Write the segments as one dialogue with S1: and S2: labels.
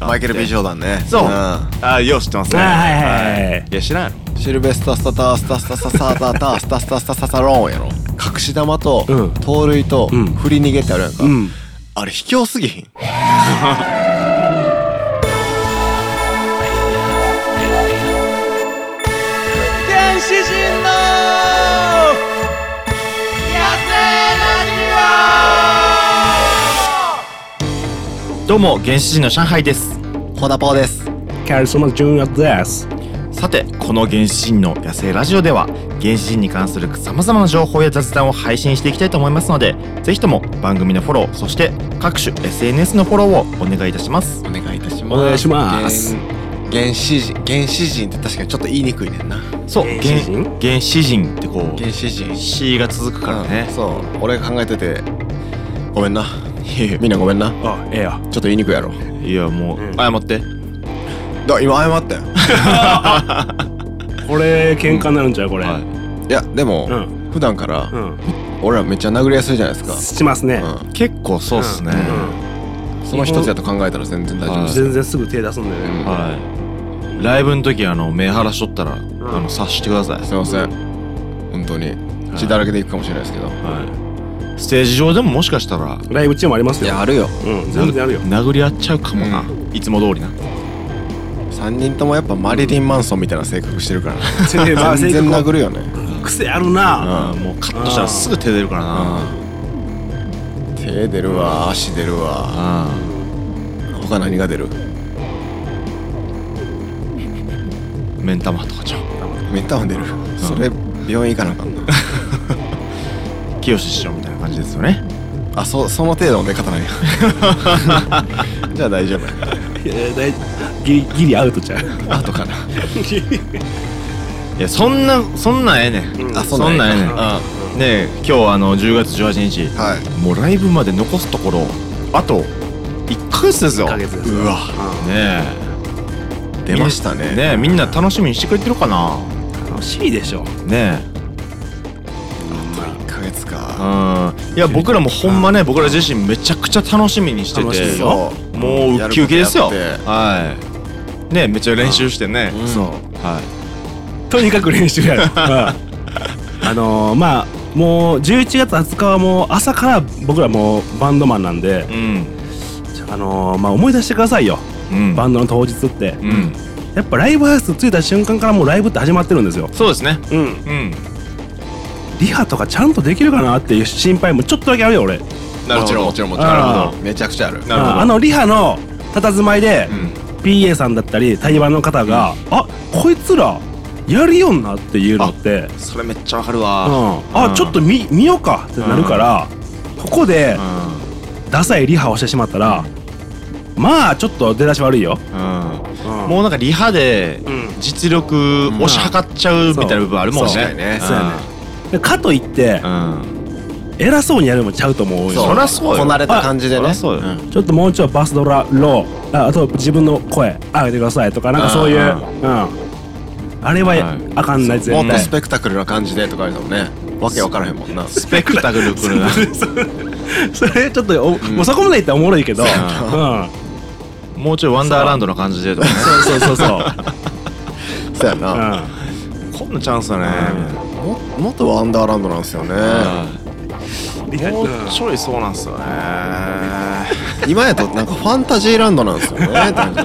S1: マイケル・ B ・ジョーダンね
S2: そうんあよう知ってますね
S3: あはいはいはい
S2: いや知らんや
S1: シルベスタ・スタタースタスタスタスタタースタスタスタスタサローンやろ隠し玉と
S3: うん
S1: 盗塁と
S3: うん
S1: 振り逃げってあるやんか
S3: うん
S1: あれ卑怯すぎひん
S4: 原始人の
S2: ろどうも原始人の上海です
S1: ホダポーです
S3: カリスマジュニアです
S2: さてこの原始人の野生ラジオでは原始人に関するさまざまな情報や雑談を配信していきたいと思いますのでぜひとも番組のフォローそして各種 SNS のフォローをお願いいたします
S1: お願いいたし
S3: ますお願いします
S1: 原始人原始人って確かにちょっと言いにくいねんな
S2: そう
S3: 原始人
S2: 原原始人ってこう
S1: 原始人
S2: C が続くからね
S1: うんそう俺が考えててごめんなみんなごめんなちょ
S3: あええや
S1: っと言いにくいやろ
S2: いやも
S3: う
S2: うん謝って
S1: だ今謝ったよ
S3: これ喧嘩になるんちゃうこれ
S2: はい
S1: いやでも
S3: うん
S1: 普段から
S3: うん
S1: 俺らめっちゃ殴りやすいじゃないです
S3: しますね
S1: かうん
S2: 結構そうっすね
S3: うん
S1: その一つやと考えたら全然大丈夫です
S3: 全然すぐ手出すんだよね
S1: うん
S2: はいライブの時あの目晴らしとったらあの察してください
S1: すいません本当に血だらけでいくかもしれないですけど
S2: はいステージ上でももしかしたら
S3: ライブ中もありますよ
S1: るよ
S3: うん全然あ るよ
S2: 殴り合っちゃうかもな
S1: う
S2: いつも通りな
S1: 3人ともやっぱマリリン・マンソンみたいな性格してる からな
S3: まあ
S1: 全然殴るよね
S3: 癖あるな
S2: あーもうカットしたらすぐ手出るからな
S1: うん手出るわ足出るわ
S2: あ
S1: 他何が出る
S2: ー目ん玉とかちゃん
S1: メタは出るそれ病院行かなあかんな
S2: 清志師匠みたいな感じですよね
S1: あそその程度の出方なんや じゃあ大丈夫
S3: いやだいギリギリアウト ちゃう
S1: あとかない
S2: やそんなそんなんええね
S3: うんん
S2: あ
S3: あ
S2: そ
S1: そ
S2: ん
S1: ん
S2: な
S1: なんん
S2: ええねん
S3: あ
S2: うんねえ今日あの10月18日
S1: はい
S2: もうライブまで残すところあと1ヶ月ですよ
S3: 1ヶ月です
S2: うわ
S3: う
S2: ねえ
S1: 出ましたね
S2: ねえみんな楽しみにしてくれてるかなん
S3: 楽しいでしょ
S2: ねえ
S1: 1ヶ月か
S2: うんいや僕らもほんまね僕ら自身めちゃくちゃ楽しみにして
S3: 楽しみ
S2: て
S3: よ
S1: そう
S2: もうウキウキですよ
S1: やるこ
S2: はいねめっちゃ練習してね
S1: とやって
S2: そう
S1: そ
S2: は
S3: とにかく練習や るうんあのーまあもう11月20日はもう朝から僕らもうバンドマンなんで
S2: いうん
S3: あのーまあ思い出してくださいよ
S2: うん
S3: バンドの当日って
S2: うん
S3: やっぱライブハウス着いた瞬間からもうライブって始まってるんですよ
S2: そうですね
S3: うん
S2: うん
S3: リハとかちゃんとできるかなっていう心配もちょっとだけあるよ俺
S1: うも
S2: なる
S1: ち
S2: ほ
S1: ろん
S2: ど
S1: もちろんもちろん
S3: なるほど
S1: あーめちゃくちゃある
S2: なるほど
S3: あのリハの佇まいで、
S2: うん
S3: PA さんだったり対バンの方が、あこいつらやるよんなっていうのってうん
S2: それめっちゃわかる
S3: あ
S2: わ
S3: ちょっと見見ようかってなるから、ここで
S2: う
S3: ダサいリハをしてしまったら、まあちょっと出だし悪いよ、
S2: んうん
S3: も
S2: もうなんかリハで
S3: うん
S2: 実力押し量っちゃうみたいな部分あるもんね
S1: そう確かにね
S2: ん
S3: そうやねうでかといって
S2: うん
S3: 偉そうにやるのもちゃうと思うよ
S2: そりゃそうよ
S1: こなれた感じで
S2: そり
S1: ね
S2: ゃそうよ
S1: ん
S3: ちょっともうちょいバスドラローああと自分の声上げてくださいとかなんかそういう
S2: あ
S3: うんあれは
S2: はい
S3: あかんない絶
S1: もっと
S3: 対
S1: スペクタクルな感じでとかあるもんねわけわからへんもん な
S2: スペクタクル くるな
S3: それちょっとお、もうそこまでいったらおもろいけど、うん、そ
S2: もうちょいワンダーランドの感じでとかね
S3: うそうそうそう、
S1: そうや
S3: う、
S1: なん
S2: こんなチャンスだねみたいな
S1: ももっとワンダーランドなんですよね
S3: リハ
S2: もうちょいそうなんすよね
S1: 今やとなんかファンタジーランドなんですよ ねなんか
S3: う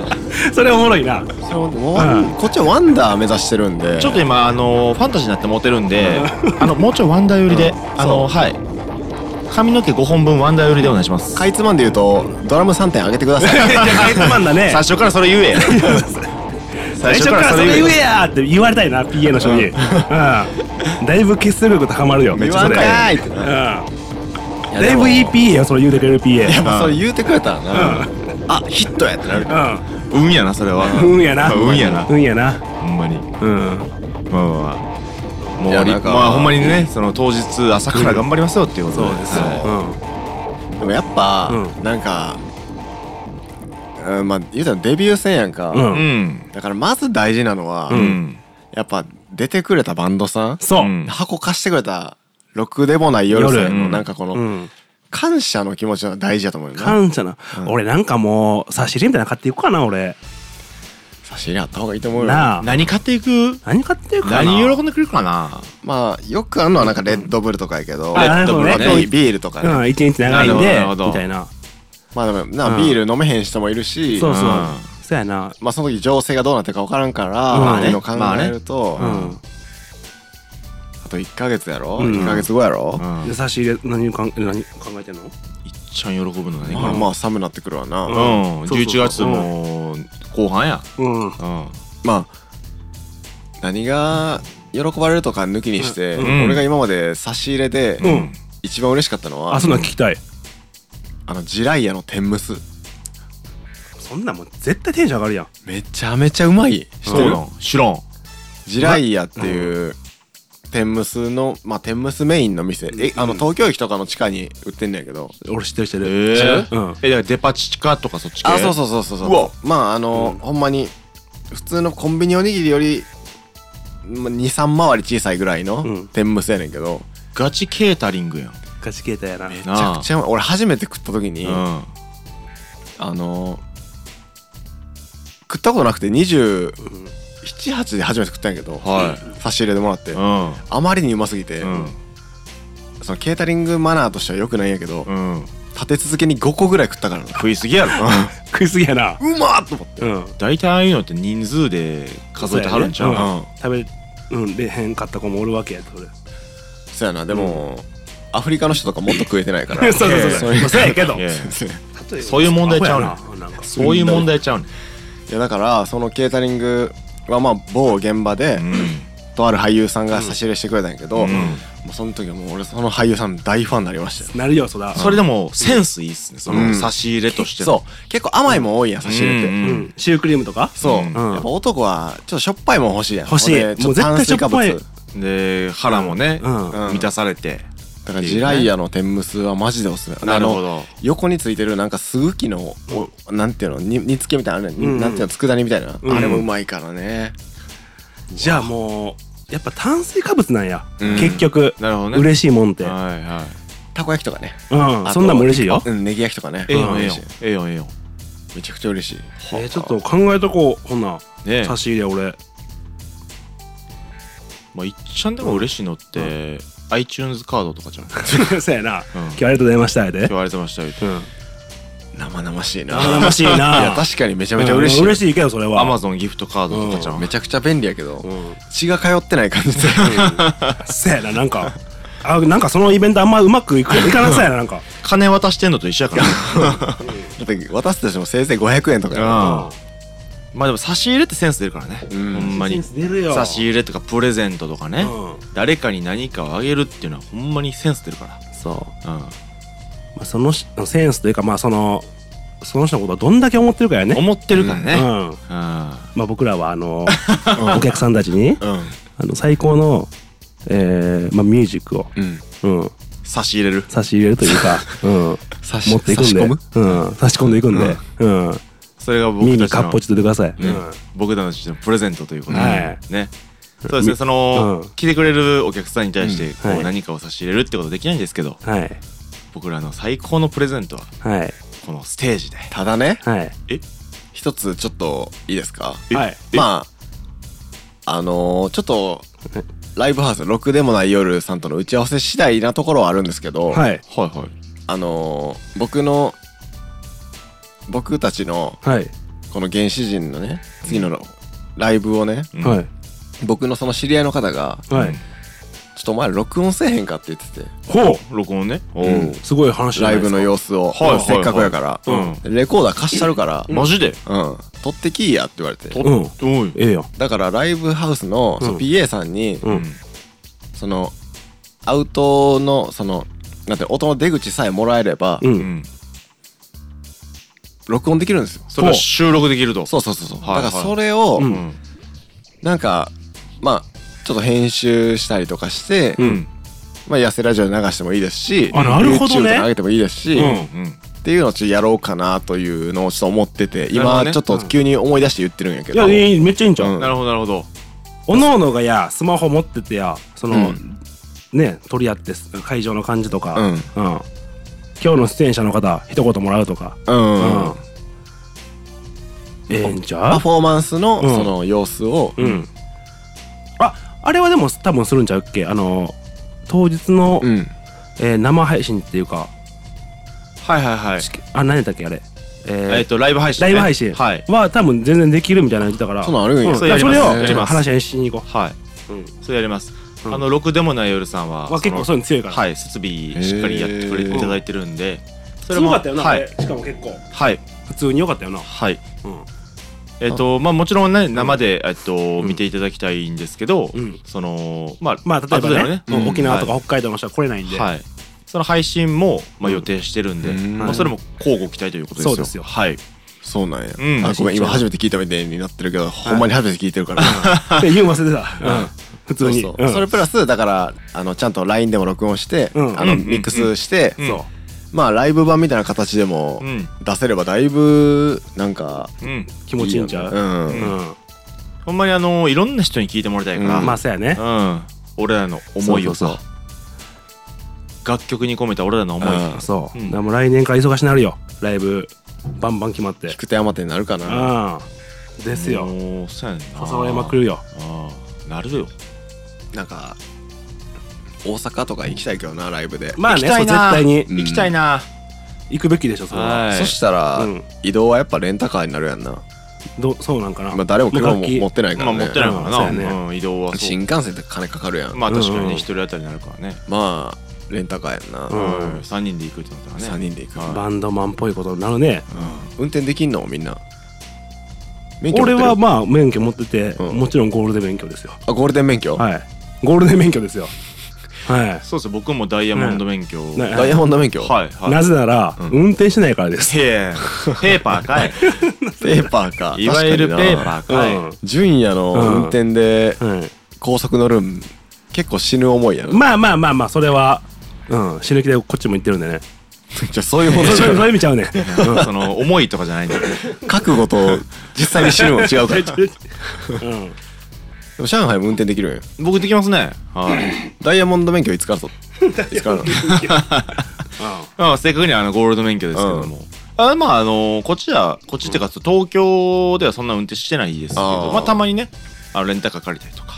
S3: んそれおもろいな
S1: そうワンこっちはワンダー目指してるんで
S2: ちょっと今あのファンタジーになってモテるんで あのもうちょいワンダー寄りであのはい髪の毛5本分ワンダー寄りでお願いします
S1: かいつまんで言うとドラム3点上げてください
S3: いやかいつまんだね
S2: 最初からそれ言え
S3: 最
S2: 最
S3: 初
S2: 初
S3: か
S2: から
S3: ら
S2: そ
S3: そ
S2: れ
S3: れ
S2: 言
S3: 言
S2: え
S3: えやって言われたいな PA の人に、うん、だいぶ結束力高まるよめ
S1: 言
S3: っちゃ
S1: わ
S3: そ
S1: ん
S3: れ、うん、
S1: かいってな
S3: だ
S1: やで
S3: い
S1: も
S3: ぶいい PA よそれ言うてくれる PA
S1: やっぱそれ言うてくれたらなあヒットやってなる
S3: う
S2: 運やなそれは
S3: ん運やな
S2: 運やな
S3: 運やな
S2: ほんまに
S3: うん
S2: まあまあまあもうあ
S1: いや
S2: り
S1: なんか
S2: まあほんまにねその当日朝から頑張りますよっていうことではい
S3: うん
S1: でもやっぱ
S3: う
S1: なんかうんまあ言うたらデビュー戦やん
S3: う
S1: か
S3: ん
S2: うん
S1: だからまず大事なのは
S2: うん
S1: やっぱ出てくれたバンドさん
S3: そう
S2: うん
S1: 箱貸してくれたろくでもない夜さん
S2: 夜う
S1: の
S2: ん
S1: なんかこの
S3: うん
S1: 感謝の気持ちは大事だと思うよな
S3: 感謝な、
S1: うん
S3: 俺なんかもう刺身みたいなの買っていこうかな俺
S1: 差し入れあった方がいいと思うよ
S3: なあ
S2: 何買っていく
S3: 何買っていこうかな
S2: 何喜んでくれるかな
S1: まあよくあるのはなんかレッドブルとかやけど
S3: あなるほどね
S1: レッドブルねビールとかね
S3: うん、一日長いん
S2: な
S3: で
S2: るほど
S3: みたいな
S1: まあでもな
S3: うん
S1: ビール飲めへん人もいるし
S3: そうそう、
S2: うん
S3: そうやな
S1: まあその時情勢がどうなってるか分からんから、
S3: うん
S1: まあっていうのを考えると、
S3: うん、
S1: あと1ヶ月やろ、
S3: うん
S1: 1ヶ月後やろ、
S2: うん
S3: で差し入れ何かん何考えてんの
S2: いっちゃん喜ぶのね
S1: まあまあ寒なってくるわな、
S3: うん
S2: うん
S3: そうそう
S2: 11
S3: そう
S2: 月も後半や
S3: うん
S2: うん
S1: まあ何が喜ばれるとか抜きにして、
S2: うん
S1: 俺が今まで差し入れで
S3: ん
S1: 一番嬉しかったのは、
S3: あそんなん聞きたい
S1: あのジライヤの天むす
S3: そんなんもう絶対テンション上がるやん
S1: めちゃめちゃうまい知っ
S2: 知ってて
S1: る
S2: る知らん
S1: ジライヤっていう天むすのまあ天むすメインの店えあの東京駅とかの地下に売ってんねんやけど
S3: 俺知ってる知って
S2: え
S3: る、
S2: ー
S3: うん
S2: えだからデパ地下とかそっち系
S1: あそうそうそうそうそう
S2: うわ
S1: まああの、ほんまに普通のコンビニおにぎりより23回り小さいぐらいの
S3: うん
S1: 天むすやねんけど、
S2: ガチケータリングやん
S3: ガチ携帯やな
S1: めちゃくちゃうまい俺初めて食った時に、
S2: うん
S1: あの食ったことなくて278
S3: うん
S1: で初めて食ったんやけど、
S2: は
S1: 差し入れでもらって、
S2: うん
S1: あまりにうますぎて、
S2: うん
S1: そのケータリングマナーとしては良くないんやけど、
S2: うん
S1: 立て続けに5個ぐらい食ったからな
S2: 食いすぎやろ
S3: 食いすぎやな
S1: うまーっと思って、
S3: うん
S2: 大体ああいうのって人数で数えてはるんちゃう
S3: そうやね
S2: う
S3: 食べうんれへんかった子もおるわ けやと俺
S1: そうやなでも、アフリカの人とかもっと食えてないから
S3: そうそう そうそう
S1: い
S3: まあそうやけど
S2: いやいや
S3: 例えば
S2: そういう問題ちゃうねん
S3: アホやななんか
S2: そういう問題ちゃうねん
S1: いやだからそのケータリングはまあ某現場で、
S2: う
S1: とある俳優さんが差し入れしてくれたんやけど、
S2: ん
S1: もうその時はもう俺その俳優さんの大ファンになりましたよ
S3: なるよそら
S2: それでもセンスいいっすねそ
S1: うん
S2: の差し入れとしての
S1: そう結構甘いもん多いやん差し入れって、
S2: うん
S3: うんシュークリームとか
S1: そう、
S2: うん
S1: やっぱ男はちょっとしょっぱいもん欲しいやん
S3: 欲しい
S1: ほんでちょっと
S3: もう
S1: 炭水
S3: 絶対
S1: 化物
S3: しょっぱ
S2: で腹もね
S3: うん
S1: うん
S2: 満たされて
S1: だからジライヤの天むすはマジでおすすめ
S2: なるほ
S1: あの
S2: ど
S1: 横についてるなんかすぐきのおなんていうのに煮付けみたいなのあるね
S3: うんうん
S1: なんていうの佃煮みたいな、
S3: うん
S1: あれもうまいからね
S3: じゃあもうやっぱ炭水化物なんや
S1: うん
S3: 結局
S2: なるほどね
S3: 嬉しいもんってう
S2: はいはい
S1: たこ焼きとかね
S3: んそんなんも嬉しいよ
S1: うんネギ焼きとかね
S2: ええよええ
S1: 嬉
S2: よ
S1: しい
S2: ええよええよ
S1: めちゃくちゃ嬉しい
S3: えーちょっと考えとこうほんな
S2: ねえ
S3: 差し入れ 俺
S2: まあいっちゃんでも嬉しいのって iTunes カードとかじゃん今
S3: そうやな
S2: うん
S3: 今日ありがとうございましたやで
S2: 日ありがとうございましたよ
S3: うん
S1: 生々しいな
S3: 生 々しいない
S1: や確かにめちゃめちゃ嬉しい、
S3: うん嬉しいけどそれは
S2: アマゾンギフトカードとかじゃん
S1: めちゃくちゃ便利やけど、
S3: うん
S1: 血が通ってない感じで
S3: そやななんかあなんかそのイベントあんまうまくいくいかなそうやななんか
S2: 金渡してんのと一緒やからね
S1: だって私たちもせいぜい500円とかやな
S2: うんまあでも差し入れってセンス出るからねほ
S1: うん
S2: んまに
S3: センス出るよ
S2: 差し入れとかプレゼントとかね
S3: うん
S2: 誰かに何かをあげるっていうのはほんまにセンス出るか
S3: そう
S2: らうん
S3: まあ、そのしセンスというかまあそのその人のことをどんだけ思ってるかやね
S2: 思ってるから
S3: うん
S2: ねうん
S3: まあ、僕らはあのお客さんたちに
S1: うん、
S3: あの最高の、えーまあ、ミュージックを、
S1: うん、
S3: うん、
S2: 差し入れる
S3: 差し入れるというか、うん、
S1: 差し
S3: 持っていくん
S1: 差し
S3: で
S1: 込む
S3: うん、差し込んでいくんで、うん
S2: それが僕
S3: 耳
S2: た
S3: に
S2: ち
S3: か
S2: の
S3: っぽちとってください、
S2: ね
S3: うん
S2: 僕たちのプレゼントということで
S3: は
S2: ねそうですねその
S3: うん
S2: 来てくれるお客さんに対してこ
S3: は
S2: う
S3: い
S2: 何かを差し入れるってことできないんですけど
S3: はい
S2: 僕らの最高のプレゼントは
S3: はい
S2: このステージで
S1: ただね
S3: はい
S1: 一つちょっといいですか
S3: はい
S1: まああのーちょっと
S3: え
S1: ライブハウス6でもない夜さんとの打ち合わせ次第なところはあるんですけど、
S3: はい
S2: はいはい
S1: あのー僕の僕たちの
S3: はい
S1: この原始人のね次のライブをね
S2: うん
S3: はい
S1: 僕のその知り合いの方が
S3: はい、
S2: うん
S1: 「ちょっとお前録音せえへんか」って言ってて
S3: ほ
S2: 録音ねお
S1: うん
S2: う
S3: うすごい話じゃ
S1: ラ
S3: な
S1: イ
S3: い
S1: ブ
S3: ですか
S1: の様子を、
S2: はいはいはい
S1: せっかくやから、
S2: う
S1: レコーダー貸したるから、
S2: マジで
S1: うん、撮ってきいやって言われて
S2: と
S3: うん
S2: おい
S3: ええよ
S1: だからライブハウスの,、
S3: うん
S1: その PA さんに、
S3: うん
S1: そのアウトのそのなんて音の出口さえもらえれば、
S3: う
S2: うんん
S1: 録音できるんですよ
S2: それが収録できると
S1: そうそうそうそう、
S2: はいはい
S1: だからそれを、
S3: う
S2: うんん
S1: なんかまあちょっと編集したりとかして、
S2: うん
S1: まあ、痩せラジオで流してもいいですし
S3: あなるほど
S1: YouTube
S3: ね
S1: とか上げてもいいですし、
S2: うんう
S1: っ
S2: ん
S1: ていうのをちょっとやろうかなというのをちょっと思ってて
S2: なるほ
S1: 今
S2: どね
S1: ちょっと急に思い出して言ってるんやけ
S3: い
S1: ど、
S3: やいいめっちゃいいんちゃう、
S1: うん
S2: なるほどなるほど
S3: おのおのがやスマホ持っててやその、
S1: うん
S3: ね取り合ってす会場の感じとか、
S1: うん
S3: うん今日の出演者の方一言もらうとか、
S1: うん、
S3: うんええんちゃ
S1: パ
S3: う
S1: フォーマンスの
S3: うん
S1: その様子を、
S3: うんああれはでも多分するんちゃうっけあの当日の、
S1: うん
S3: えー生配信っていうか、
S2: はいはいはい。
S3: しあ何だっけあれえー
S2: えっと、ライブ配信
S3: ラ
S2: ね。
S3: イブ配信
S2: はい。
S3: は多分全然できるみたいなの言ってたから
S1: そうなんあるんや
S3: うん
S2: それやります
S3: だから
S1: や
S3: そ
S1: り
S3: れを
S1: ます
S3: 話し合いしに行こ
S2: はい。
S3: う、うん、
S2: それやります。
S3: うん
S2: あの、6でもない夜さんは、
S3: まあ、結構
S2: そ
S3: そういうの強いか
S2: の
S3: ら、
S2: はい、設備しっかりやってくれていただいてるんで、そ
S3: す
S2: れ
S3: ご
S2: も
S3: かったよな、
S2: は
S3: あ
S2: い。
S3: れしかも結構
S2: はい。
S3: 普通に良かったよな、
S2: はい。
S3: うん
S2: えっと、まあもちろんね、生で、えっと、見ていただきたいんですけど
S3: うん、
S2: その、まあ、
S3: まあ例えば
S2: 後で
S3: ね
S2: の
S3: うん
S2: うん
S3: 沖縄と
S2: は
S3: か北海道の人は来れないん
S2: い
S3: で、
S2: はい。その配信も、まあ予定してるんで、
S1: うん
S2: まあそれも交互期待ということですよ。
S3: そうですよ
S2: はい。
S1: そうなんや、
S2: うん
S1: あごめん今初めて聞いたみたいになってるけど、ほんまに初めて聞いてるから、
S3: で言うの忘れてた、うん、
S1: そ
S3: 普通
S1: う
S3: に
S1: そう、
S3: うん
S1: それプラスだからあのちゃんと LINE でも録音して、
S3: うん
S1: あの
S2: うんうんうん
S1: ミックスして、
S2: うん
S3: そう
S1: まあライブ版みたいな形でも
S2: うん。
S1: 出せればだいぶなんか
S2: うん。
S3: 気持ちいいんちゃう
S1: いいよね
S3: う
S1: うん
S3: ん、
S2: ほんまにあの、いろんな人に聞いてもらいたいから、
S1: うん
S3: まあそうやね、
S2: うん、俺らの思いをさ
S1: そうそ
S2: 楽曲に込めた俺らの思い
S1: うん
S3: そう、
S2: うん
S3: だからもう来年から忙しなるよライブバンバン決まって
S1: 引く手あまてになるかな
S3: うんですよ
S2: もうそうやねんな
S3: 誘われまくるよ
S2: ああなるよ
S1: なんか大阪とか行きたいけどなライブで、
S3: まあね
S2: 行きた
S3: そう
S2: い
S3: 絶
S2: な
S3: 対に
S1: うん
S2: 行きたいな
S3: 行くべきでしょそれは、
S2: はい
S1: そしたら、
S3: うん
S1: 移動はやっぱレンタカーになるやんな、
S3: どそうなんかな、
S1: まあ、誰も車も
S3: 楽器
S1: 持ってないか
S2: まあ
S1: ら
S2: 持
S1: ね
S2: ってないから
S3: うんそう
S2: な
S3: やね
S2: うん移動はそ
S1: 新
S2: う
S1: 幹線って金かかるやん、
S2: まあ確か
S3: うん
S2: に
S3: うん
S2: ね一人当たりになるからね
S1: まあレンタカーやんな、
S3: うん
S2: うん三人で行くってなったらね
S1: 3人で行く、
S2: はい
S3: バンドマンっぽいことになるね
S1: 運転できんのみんな免許持って
S3: 俺
S1: る
S3: はまあ免許持ってて、
S1: うん
S3: もちろんゴールデン免許ですよ
S1: あゴールデン免許、
S3: はいゴールデン免許ですよは
S2: そうですよ僕もダイヤモンド免許
S3: い、ね
S1: ダイヤモンド免許、
S2: はい
S3: はい
S2: は
S3: ないぜなら、
S2: うん
S3: 運転してないからです、
S2: へえペーパー かい
S1: ペーパーか
S2: いわゆるペーパー
S3: うん
S2: かい
S1: 純也の運転で
S3: はい
S1: 高速乗るん結構死ぬ思いやな、
S3: まあまあまあまあそれはうん死ぬ気でこっちも行ってるんでね
S1: じゃあそういうも
S3: そ
S1: の
S3: う
S1: じ
S3: そ
S1: ゃ
S3: ういう
S1: ない
S3: 意味ちゃ うね
S2: その思いとかじゃないんだよ
S1: 覚悟と実際に死ぬのは違うからで
S3: うん
S1: も上海も運転できるんよ
S2: 僕できますねはい
S1: ダイヤモンド免許いつからといつから なの
S2: まあ、正確にはあのゴールド免許ですけども、あまああのこっちはこっちっていうか東京ではそんな運転してないですけど
S1: あー
S2: まあたまにねあのレンタカー借りたりとか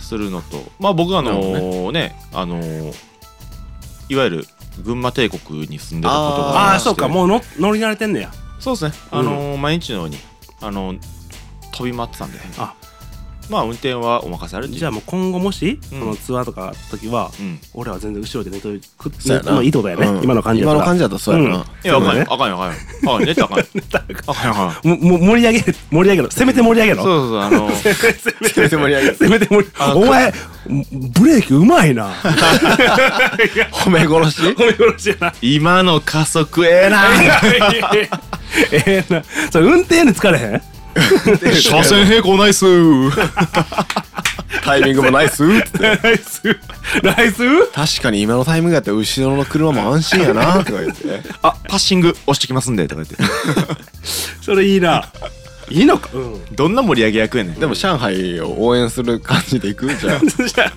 S2: するのとまあ僕はあの
S1: なる
S2: ねあのいわゆる群馬帝国に住んでたことが
S3: あ
S2: り
S3: あ
S2: まして
S3: そうかもうの乗り慣れてんねや
S2: そうですねあの、毎日のようにあの飛び回ってたんで
S3: あ
S2: まあ運転はお任せあるっていう
S3: じゃあもう今後もし、
S2: うん
S3: そのツアーとかあった時は、
S2: うん
S3: 俺は全然後ろで寝とるくっ
S1: そうやな
S3: もういいってことだよね、
S1: うん
S3: 今の感じだ
S1: 今
S3: った
S1: の
S3: ら
S1: 感じだったらそうやな、
S3: うん
S2: いやあかん
S3: そうだね
S2: よあかんよあかんよあかんよ 寝たらあかんよあかんよあかんよ
S3: もも盛り上げ盛り上げろせめて盛り上げ
S2: そ
S3: ろ
S2: うそうそうあの
S1: 全然盛り上げる
S3: せめて盛り
S2: あ
S3: お前ブレーキうまい な
S1: 褒め殺し
S3: ごめんよろしいな
S2: 今の加速ええな
S3: ええなそれ運転に疲れへん
S2: 車線平行ないっす
S1: タイミングもナイスっつって
S3: ライスライス
S1: 確かに今のタイミングやったら後ろの車も安心や なとか言って
S2: あパッシング押してきますんでとか言って
S3: それいいないいのかうん
S2: どんな盛り上げ役やねん
S1: でも上海を応援する感じで行くじゃんも
S3: じゃあ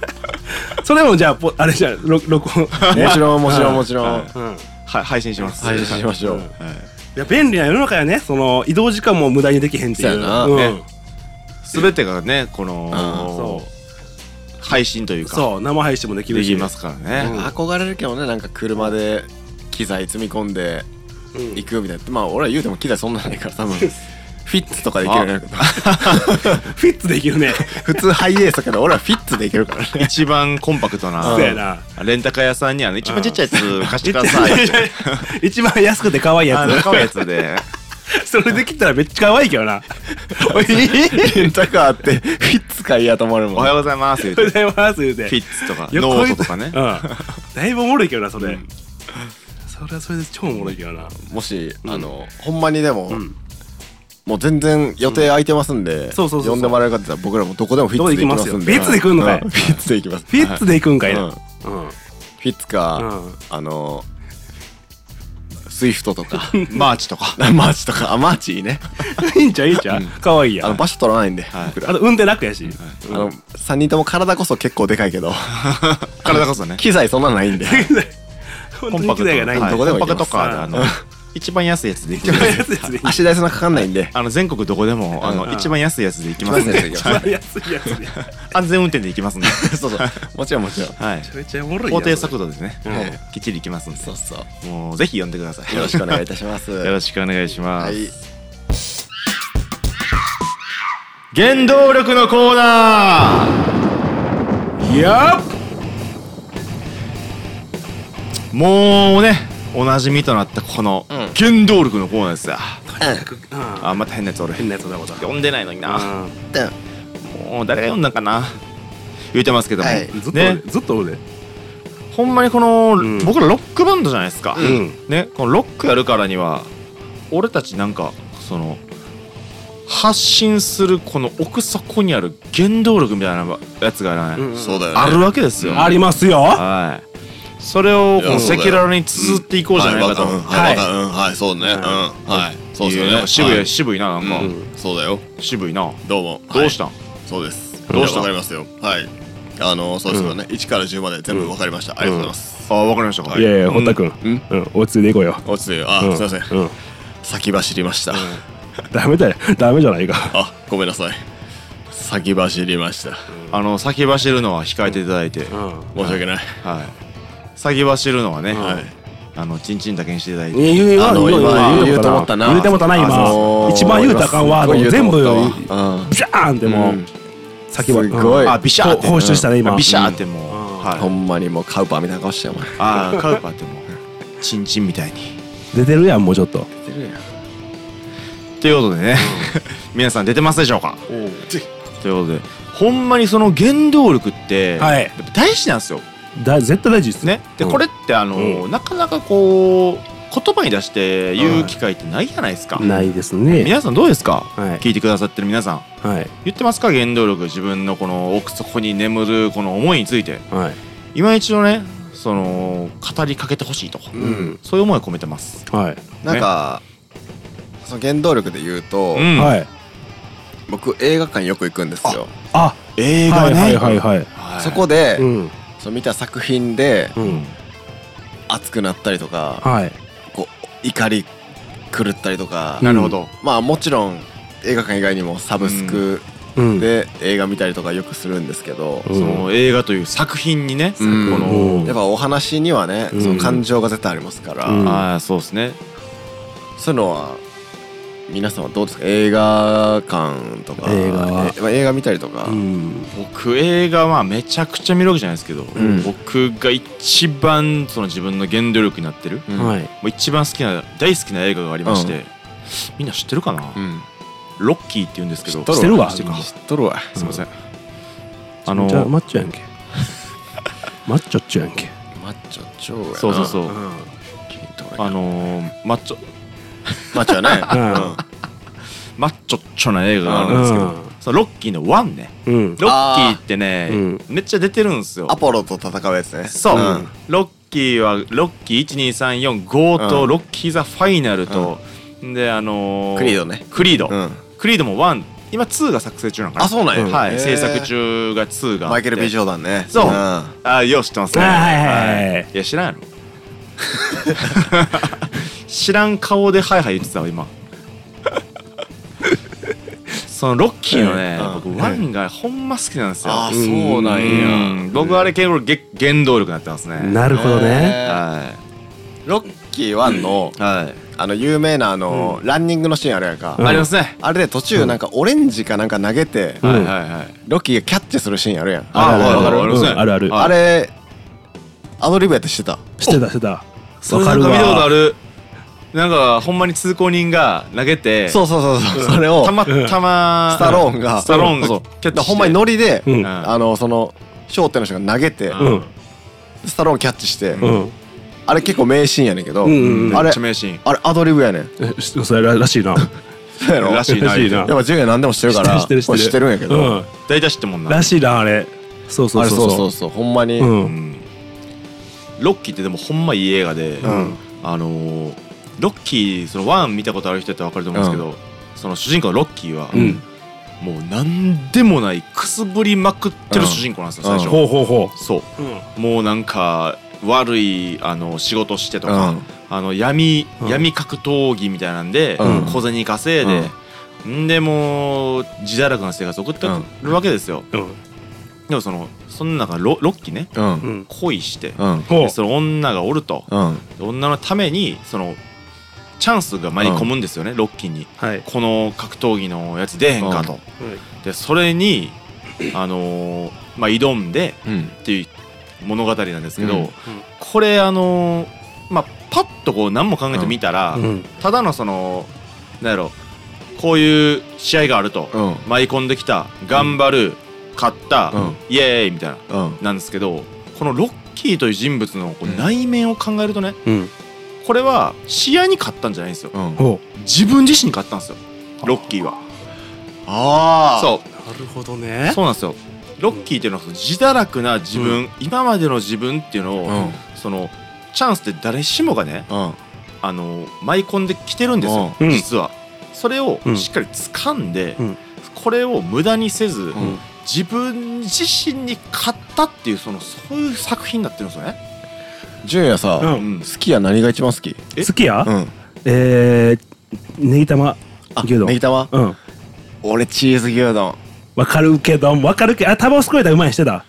S3: それもじゃあポあれじゃあ録録 音
S1: ちろん もちろんもちろん
S2: はい
S3: うん
S2: は配信します
S1: 配信しましょう、
S2: はい
S3: いや便利な世の中やねその移動時間も無駄にできへんっていう
S1: そうやな
S3: うん
S2: ね全てがねこ
S1: うん
S2: の
S3: そ
S2: 配信というか
S3: そう生配信もできる
S2: で
S3: し
S2: きますからね
S1: 憧れるけどねなんか車で機材積み込んで
S3: うん
S1: 行くみたいなまあ俺は言うても機材そんなないから多分フィッツとかでいけるんやけど
S3: フィッツできるね
S1: 普通ハイエースだけど俺はフィッツでいけるからね
S2: 一番コンパクト
S3: そ
S2: な
S3: うやな
S2: レンタカー屋さんにあの一番ちっちゃいやつ貸してくださいって
S3: 一番安くて可愛い
S2: あ
S3: や
S2: の可愛いやつで
S3: つそれできたらめっちゃ可愛いけ どなおい
S1: レンタカーってフィッツかいやと思われる
S2: お
S1: もん
S2: はようございます言
S3: おはようご
S2: うて
S3: ざいます言うて
S2: フィッツとか
S3: いや
S2: ノ
S3: こい
S2: ー
S3: つ
S2: トとかね
S3: うんだいぶおもろいけどなそれ、
S2: うん
S3: それはそれで超おもろいけどな
S1: もし、
S3: うん
S1: あのほんまにでも、
S3: うん
S1: もう全然予定空いてますんで、
S3: そうそうそうそう
S1: 呼んでもらえる方だったら僕らもどこでもフィッツで行きますんで
S3: どこで行きますよフィッツで来んの
S1: う
S3: かい
S1: んフィッツで行きます
S3: フィッツで行くんかいな、
S1: うん
S3: うん
S1: フィッツか、
S3: うん
S1: あのスイフトとか
S2: マーチとか
S1: マーチとかあマーチいいね
S3: いいんち ゃういいんちゃう、可愛いや
S1: あ
S3: ん
S1: の場所取らないんで、
S2: はい
S1: 僕ら
S3: あと運転楽やし、
S1: あの3人とも体こそ結構でかいけど
S2: 体こそね
S1: 機材そんなのないんで
S3: 本
S2: コ
S3: 当
S2: ン
S3: に
S2: パク
S3: 機
S2: ト
S3: 材がないん
S1: んで
S3: で
S2: はい
S1: どこで
S2: コン
S1: も行け
S2: パク
S1: ま
S2: ト
S1: す
S2: カーであの一番安いやつで行きます
S3: 安いやつで
S1: 足代そんなかかんないんで
S2: あの全国どこでもあ
S1: う
S2: の
S1: ん
S2: 一番安いやつで行きますん
S1: 一番安い
S2: で
S1: やつで行き
S3: 一番安いやつでめ
S2: 安全運転で行きますんで
S1: そうそうもちろんもちろん
S2: はい
S3: ちゃめちゃおもろいや
S2: 法
S3: つ
S2: 定速度ですね
S3: うん
S1: はい
S2: きっちり行きますん
S1: そう
S2: で
S1: そう
S2: もうぜひ呼んでください
S1: よろしくお願いいたします
S2: よろしくお願いしま
S1: は
S2: す
S1: い
S2: 原動力のコーナー
S3: やっ
S2: もうねおなじみとなったこの
S1: うん
S2: 原動力のコーナーですよ
S3: うん
S2: あまた変なや つ俺
S3: 変なやつだこと
S2: 呼んでないのにな
S3: あ
S2: もう誰が呼んだんかな言うてますけども
S1: はい
S3: ずっと俺
S2: ね
S3: ずっと俺
S2: ほんまにこの
S3: ん
S2: 僕らロックバンドじゃないですか
S3: うん
S2: ねこのロックやるからには俺たちなんかその発信するこの奥底にある原動力みたいなやつがね
S3: ん
S1: そうだよね
S2: あるわけですよ
S3: ありますよ
S2: はい。それをこ
S1: い
S2: の
S1: やそうだ
S2: 赤
S1: よ
S2: 裸々に綴っていこうじゃないかと。
S1: はいわ
S2: は
S1: か
S2: い
S1: るうんはいわかるうんはいそうねうんはいそうですよ
S2: いやなん
S1: ね
S2: か渋
S1: はい
S2: い渋いななんか
S1: うんそうだよ
S2: 渋いな。
S1: どうも
S2: どうしたたん？
S1: そうです
S2: どうした
S1: わかりますよはいあのそうですよね1から10まで全部わかりましたありがとうございます
S2: あわかりましたか。
S3: いやいや堀田君
S1: うん
S3: うん落ち着いていこうよ
S1: 落ち着いてあ
S3: うん
S1: すいません
S3: うん
S1: 先走りました
S3: ダメだよダメじゃないか
S1: あごめんなさい先走りました
S2: あの先走るのは控えていただいて、は
S3: う
S1: 申し訳ない
S2: い。先走るのはね、
S1: はい
S2: あのチンチンだけにしていただい
S3: ん
S2: て。
S3: いや今
S1: あの
S3: 今
S1: 今
S3: 言
S1: 言う
S3: うと
S1: と
S3: 思
S1: 思
S3: っ
S1: ったた
S3: な
S1: な
S3: 言うてもうたな
S1: あの
S3: 今
S1: ー
S3: 一番言うたらあかんワードを全部
S1: すっごい言うと思ったわうん
S3: ビシャーンってもう
S1: うん
S3: さっきも
S1: すごい
S2: あビシャーって
S3: こう放出したね今
S2: あビシャーってもう、
S3: うん
S1: ほ
S2: はい。
S1: んまにもうカウパーみたいな顔してお前
S2: あーカウパーってもうチンチンみたいに。
S3: 出てるやんもうちょっと
S2: ということでね、 皆さん出てますでしょうか。ということで、ほんまにその原動力って、
S3: はい
S2: やっぱ大事なんですよ。
S3: だ絶対大事です
S2: ね、で、
S3: うん
S2: これってあの、
S3: う
S2: なかなかこう言葉に出して言う機会ってないじゃないですか、
S3: ないですね
S2: 皆さんどうですか、
S3: はい
S2: 聞いてくださってる皆さん
S3: はい
S2: 言ってますか原動力自分のこの奥底に眠るこの思いについて
S3: はい
S2: 今一度ねその語りかけてほしいと、
S3: ん
S2: そういう思いを込めてます
S3: はい
S1: なんかその原動力で言うと
S2: うん
S3: はい
S1: 僕映画館よく行くんですよ
S3: あ
S2: 映画
S3: はい
S2: ね、
S3: はいはいはい
S2: はい
S1: そこで
S3: うん
S1: その見た作品で
S3: うん
S1: 熱くなったりとか
S3: はい
S1: こう怒り狂ったりとか
S2: なるほど、
S1: まあもちろん映画館以外にもサブスク
S3: うん
S1: で映画見たりとかよくするんですけど
S3: うん
S2: その映画という作品にね、
S1: うん
S2: この、
S3: うん
S1: やっぱお話にはね
S3: うん
S1: その感情が絶対ありますから
S3: うん
S2: ああそうですね
S1: そういうのは皆さんはどうですか映画館とか
S3: 映画は
S1: えまあ映画見たりとか
S3: うん
S2: 僕映画はめちゃくちゃ見るわけじゃないですけど、
S1: ん
S2: 僕が一番その自分の原動力になってる、も
S3: はい。
S2: う一番好きな大好きな映画がありまして、みんな知ってるかな、
S1: うん
S2: ロッキーって言うんですけど
S3: 知っとるわ
S2: 知ってる
S3: う
S2: か
S3: ん
S1: 知っとるわ
S2: すいません、あ
S3: あのじゃあ
S2: の
S3: マッチョやんけ。マッチョっちょやんけ。
S1: マッチョ超やな
S2: そうそうそう、
S1: 聞いたことない
S2: あのー、マッチョ
S1: マッチョや
S3: うん
S1: ね
S2: マッチョっちょな映画があるんですけど、そのロッキーのワンね
S3: うん。
S2: ロッキーってね、
S3: うん
S2: めっちゃ出てるんですよ
S1: アポロと戦うやつね
S2: そう、
S1: ん
S2: ロッキーはロッキー12345と、
S1: うん
S2: ロッキーザファイナルと、であの
S1: クリードね
S2: クリード、
S1: うん
S2: クリードも1今2が作成中なのかな
S1: あそうなんや
S2: はい
S1: へー
S2: 制作中が2があって
S1: マイケル・ビジョーダンね
S2: そうんあよう知ってますね
S3: あはいはいはい
S2: いや知らんやろ 知らん顔でハイハイ言ってたわ今 そのロッキーのね、
S1: うん
S2: 僕ワンがほんま好きなんですよ、
S1: あそうなん
S2: う
S1: や
S2: ん僕あれ結構げ原動力になってますね
S3: なるほどね。
S1: へー
S2: は
S1: ロッキー1の
S2: いはい
S1: あの有名なあのランニングのシーンあるやんか
S3: うん
S2: ありますね。
S1: あれで途中なんかオレンジかなんか投げて
S3: うん
S2: はいはいはい。
S1: ロッキーがキャッチするシーンあるやん
S2: あ
S3: る
S2: わかるわかる
S3: うんあるある。
S1: あれアドリブやってしてた
S3: してたしてた。
S2: それなんか見
S3: わか
S2: た
S3: る
S2: こ
S3: わ
S2: とある。なんかほんまに通行人が投げて、
S1: そうそうそうそうそれを
S2: たまた
S1: ス
S2: ま
S1: タローンが
S2: スタローンが
S1: そう
S2: キャッチして
S1: ほんまにノリで
S3: うん
S1: あのその商店の人が投げて
S2: うん
S1: スタローンキャッチして
S3: うん。
S1: あれ結構名シーンやねんけど
S3: うんうんうん
S1: あ
S2: め
S1: れ
S2: っちゃ名シーン。
S1: あれアドリブやねん
S3: えしそれららしいな。
S1: そうやろ
S2: らしいな
S3: らしいな
S1: やっぱジュニア何でもしてるから
S3: してるしてる
S1: 知ってるんやけど
S3: う
S2: 大体知ってんもん
S3: ん。
S2: な。
S3: らしいなあれ。そうそ
S1: あ
S3: う
S1: れ
S3: そ
S1: そううそうう。そうほんまに
S2: う
S3: うん。
S2: ん。ロッキーってでもほんまいい映画で、
S1: ん
S2: あのーロッキーそのワン見たことある人やったらわかると思うんですけど、その主人公のロッキーは、
S3: うん。
S2: もうなんでもないくすぶりまくってる主人公なんですよ最初。
S3: ほうほうほ
S2: そう。
S3: う。うん。
S2: もうなんか悪いあの仕事してと
S1: う
S2: か
S1: ん、
S2: あの闇
S3: うん
S2: 闇格闘技みたいなんで、
S1: うん
S2: 小銭稼いで、んでもう自堕落な生活送ってるわけですよ、でもそのその中ロロッキね
S1: う
S3: うんん
S2: 恋して、
S1: うん
S3: ほう
S2: でその女がおると、
S1: うん
S2: 女のためにそのチャンスが舞い込むんですよね、ロッキーに
S3: はい
S2: この格闘技のやつ出へんかと、でそれにあのーまあ挑んで
S1: うん
S2: っていう物語なんですけど、
S1: うんうん
S2: これあのーまあパッとこう何も考えてみたら、
S3: うん
S2: ただのそのなんやろこういう試合があると、
S1: うん
S2: 舞い込んできた頑張る、勝った、
S1: うん
S2: イエーイみたいな
S1: うん
S2: なんですけどこのロッキーという人物のこう
S1: うん
S2: 内面を考えるとね、
S3: うん
S2: これは試合に勝ったんじゃないんですよ
S1: うん
S3: ほ
S2: 自分自身に勝ったんですよロッキーは
S1: ああ
S2: そう
S3: なるほどね
S2: そうなんですよロッキーっていうのはその自堕落な自分、今までの自分っていうのを、
S1: うん
S2: そのチャンスって誰しもがね
S1: ううん
S2: あの舞い込んできてるんですよ、
S3: うん
S2: 実はそれを
S3: うん
S2: しっかり掴んで、
S3: うん
S2: これを無駄にせず、
S1: ん
S2: 自分自身に勝ったっていうそのそういう作品になってるんですよね、
S1: 純也さ、
S3: うん
S2: うん
S1: 好きや何が一番好き
S2: え
S3: 好きや
S1: うん
S3: えーネギ玉
S1: あ
S3: 牛丼
S1: ネギ玉
S3: うん
S1: 俺チーズ牛丼
S3: わかるけどわかるけどあタバスコやったらうまいにしてた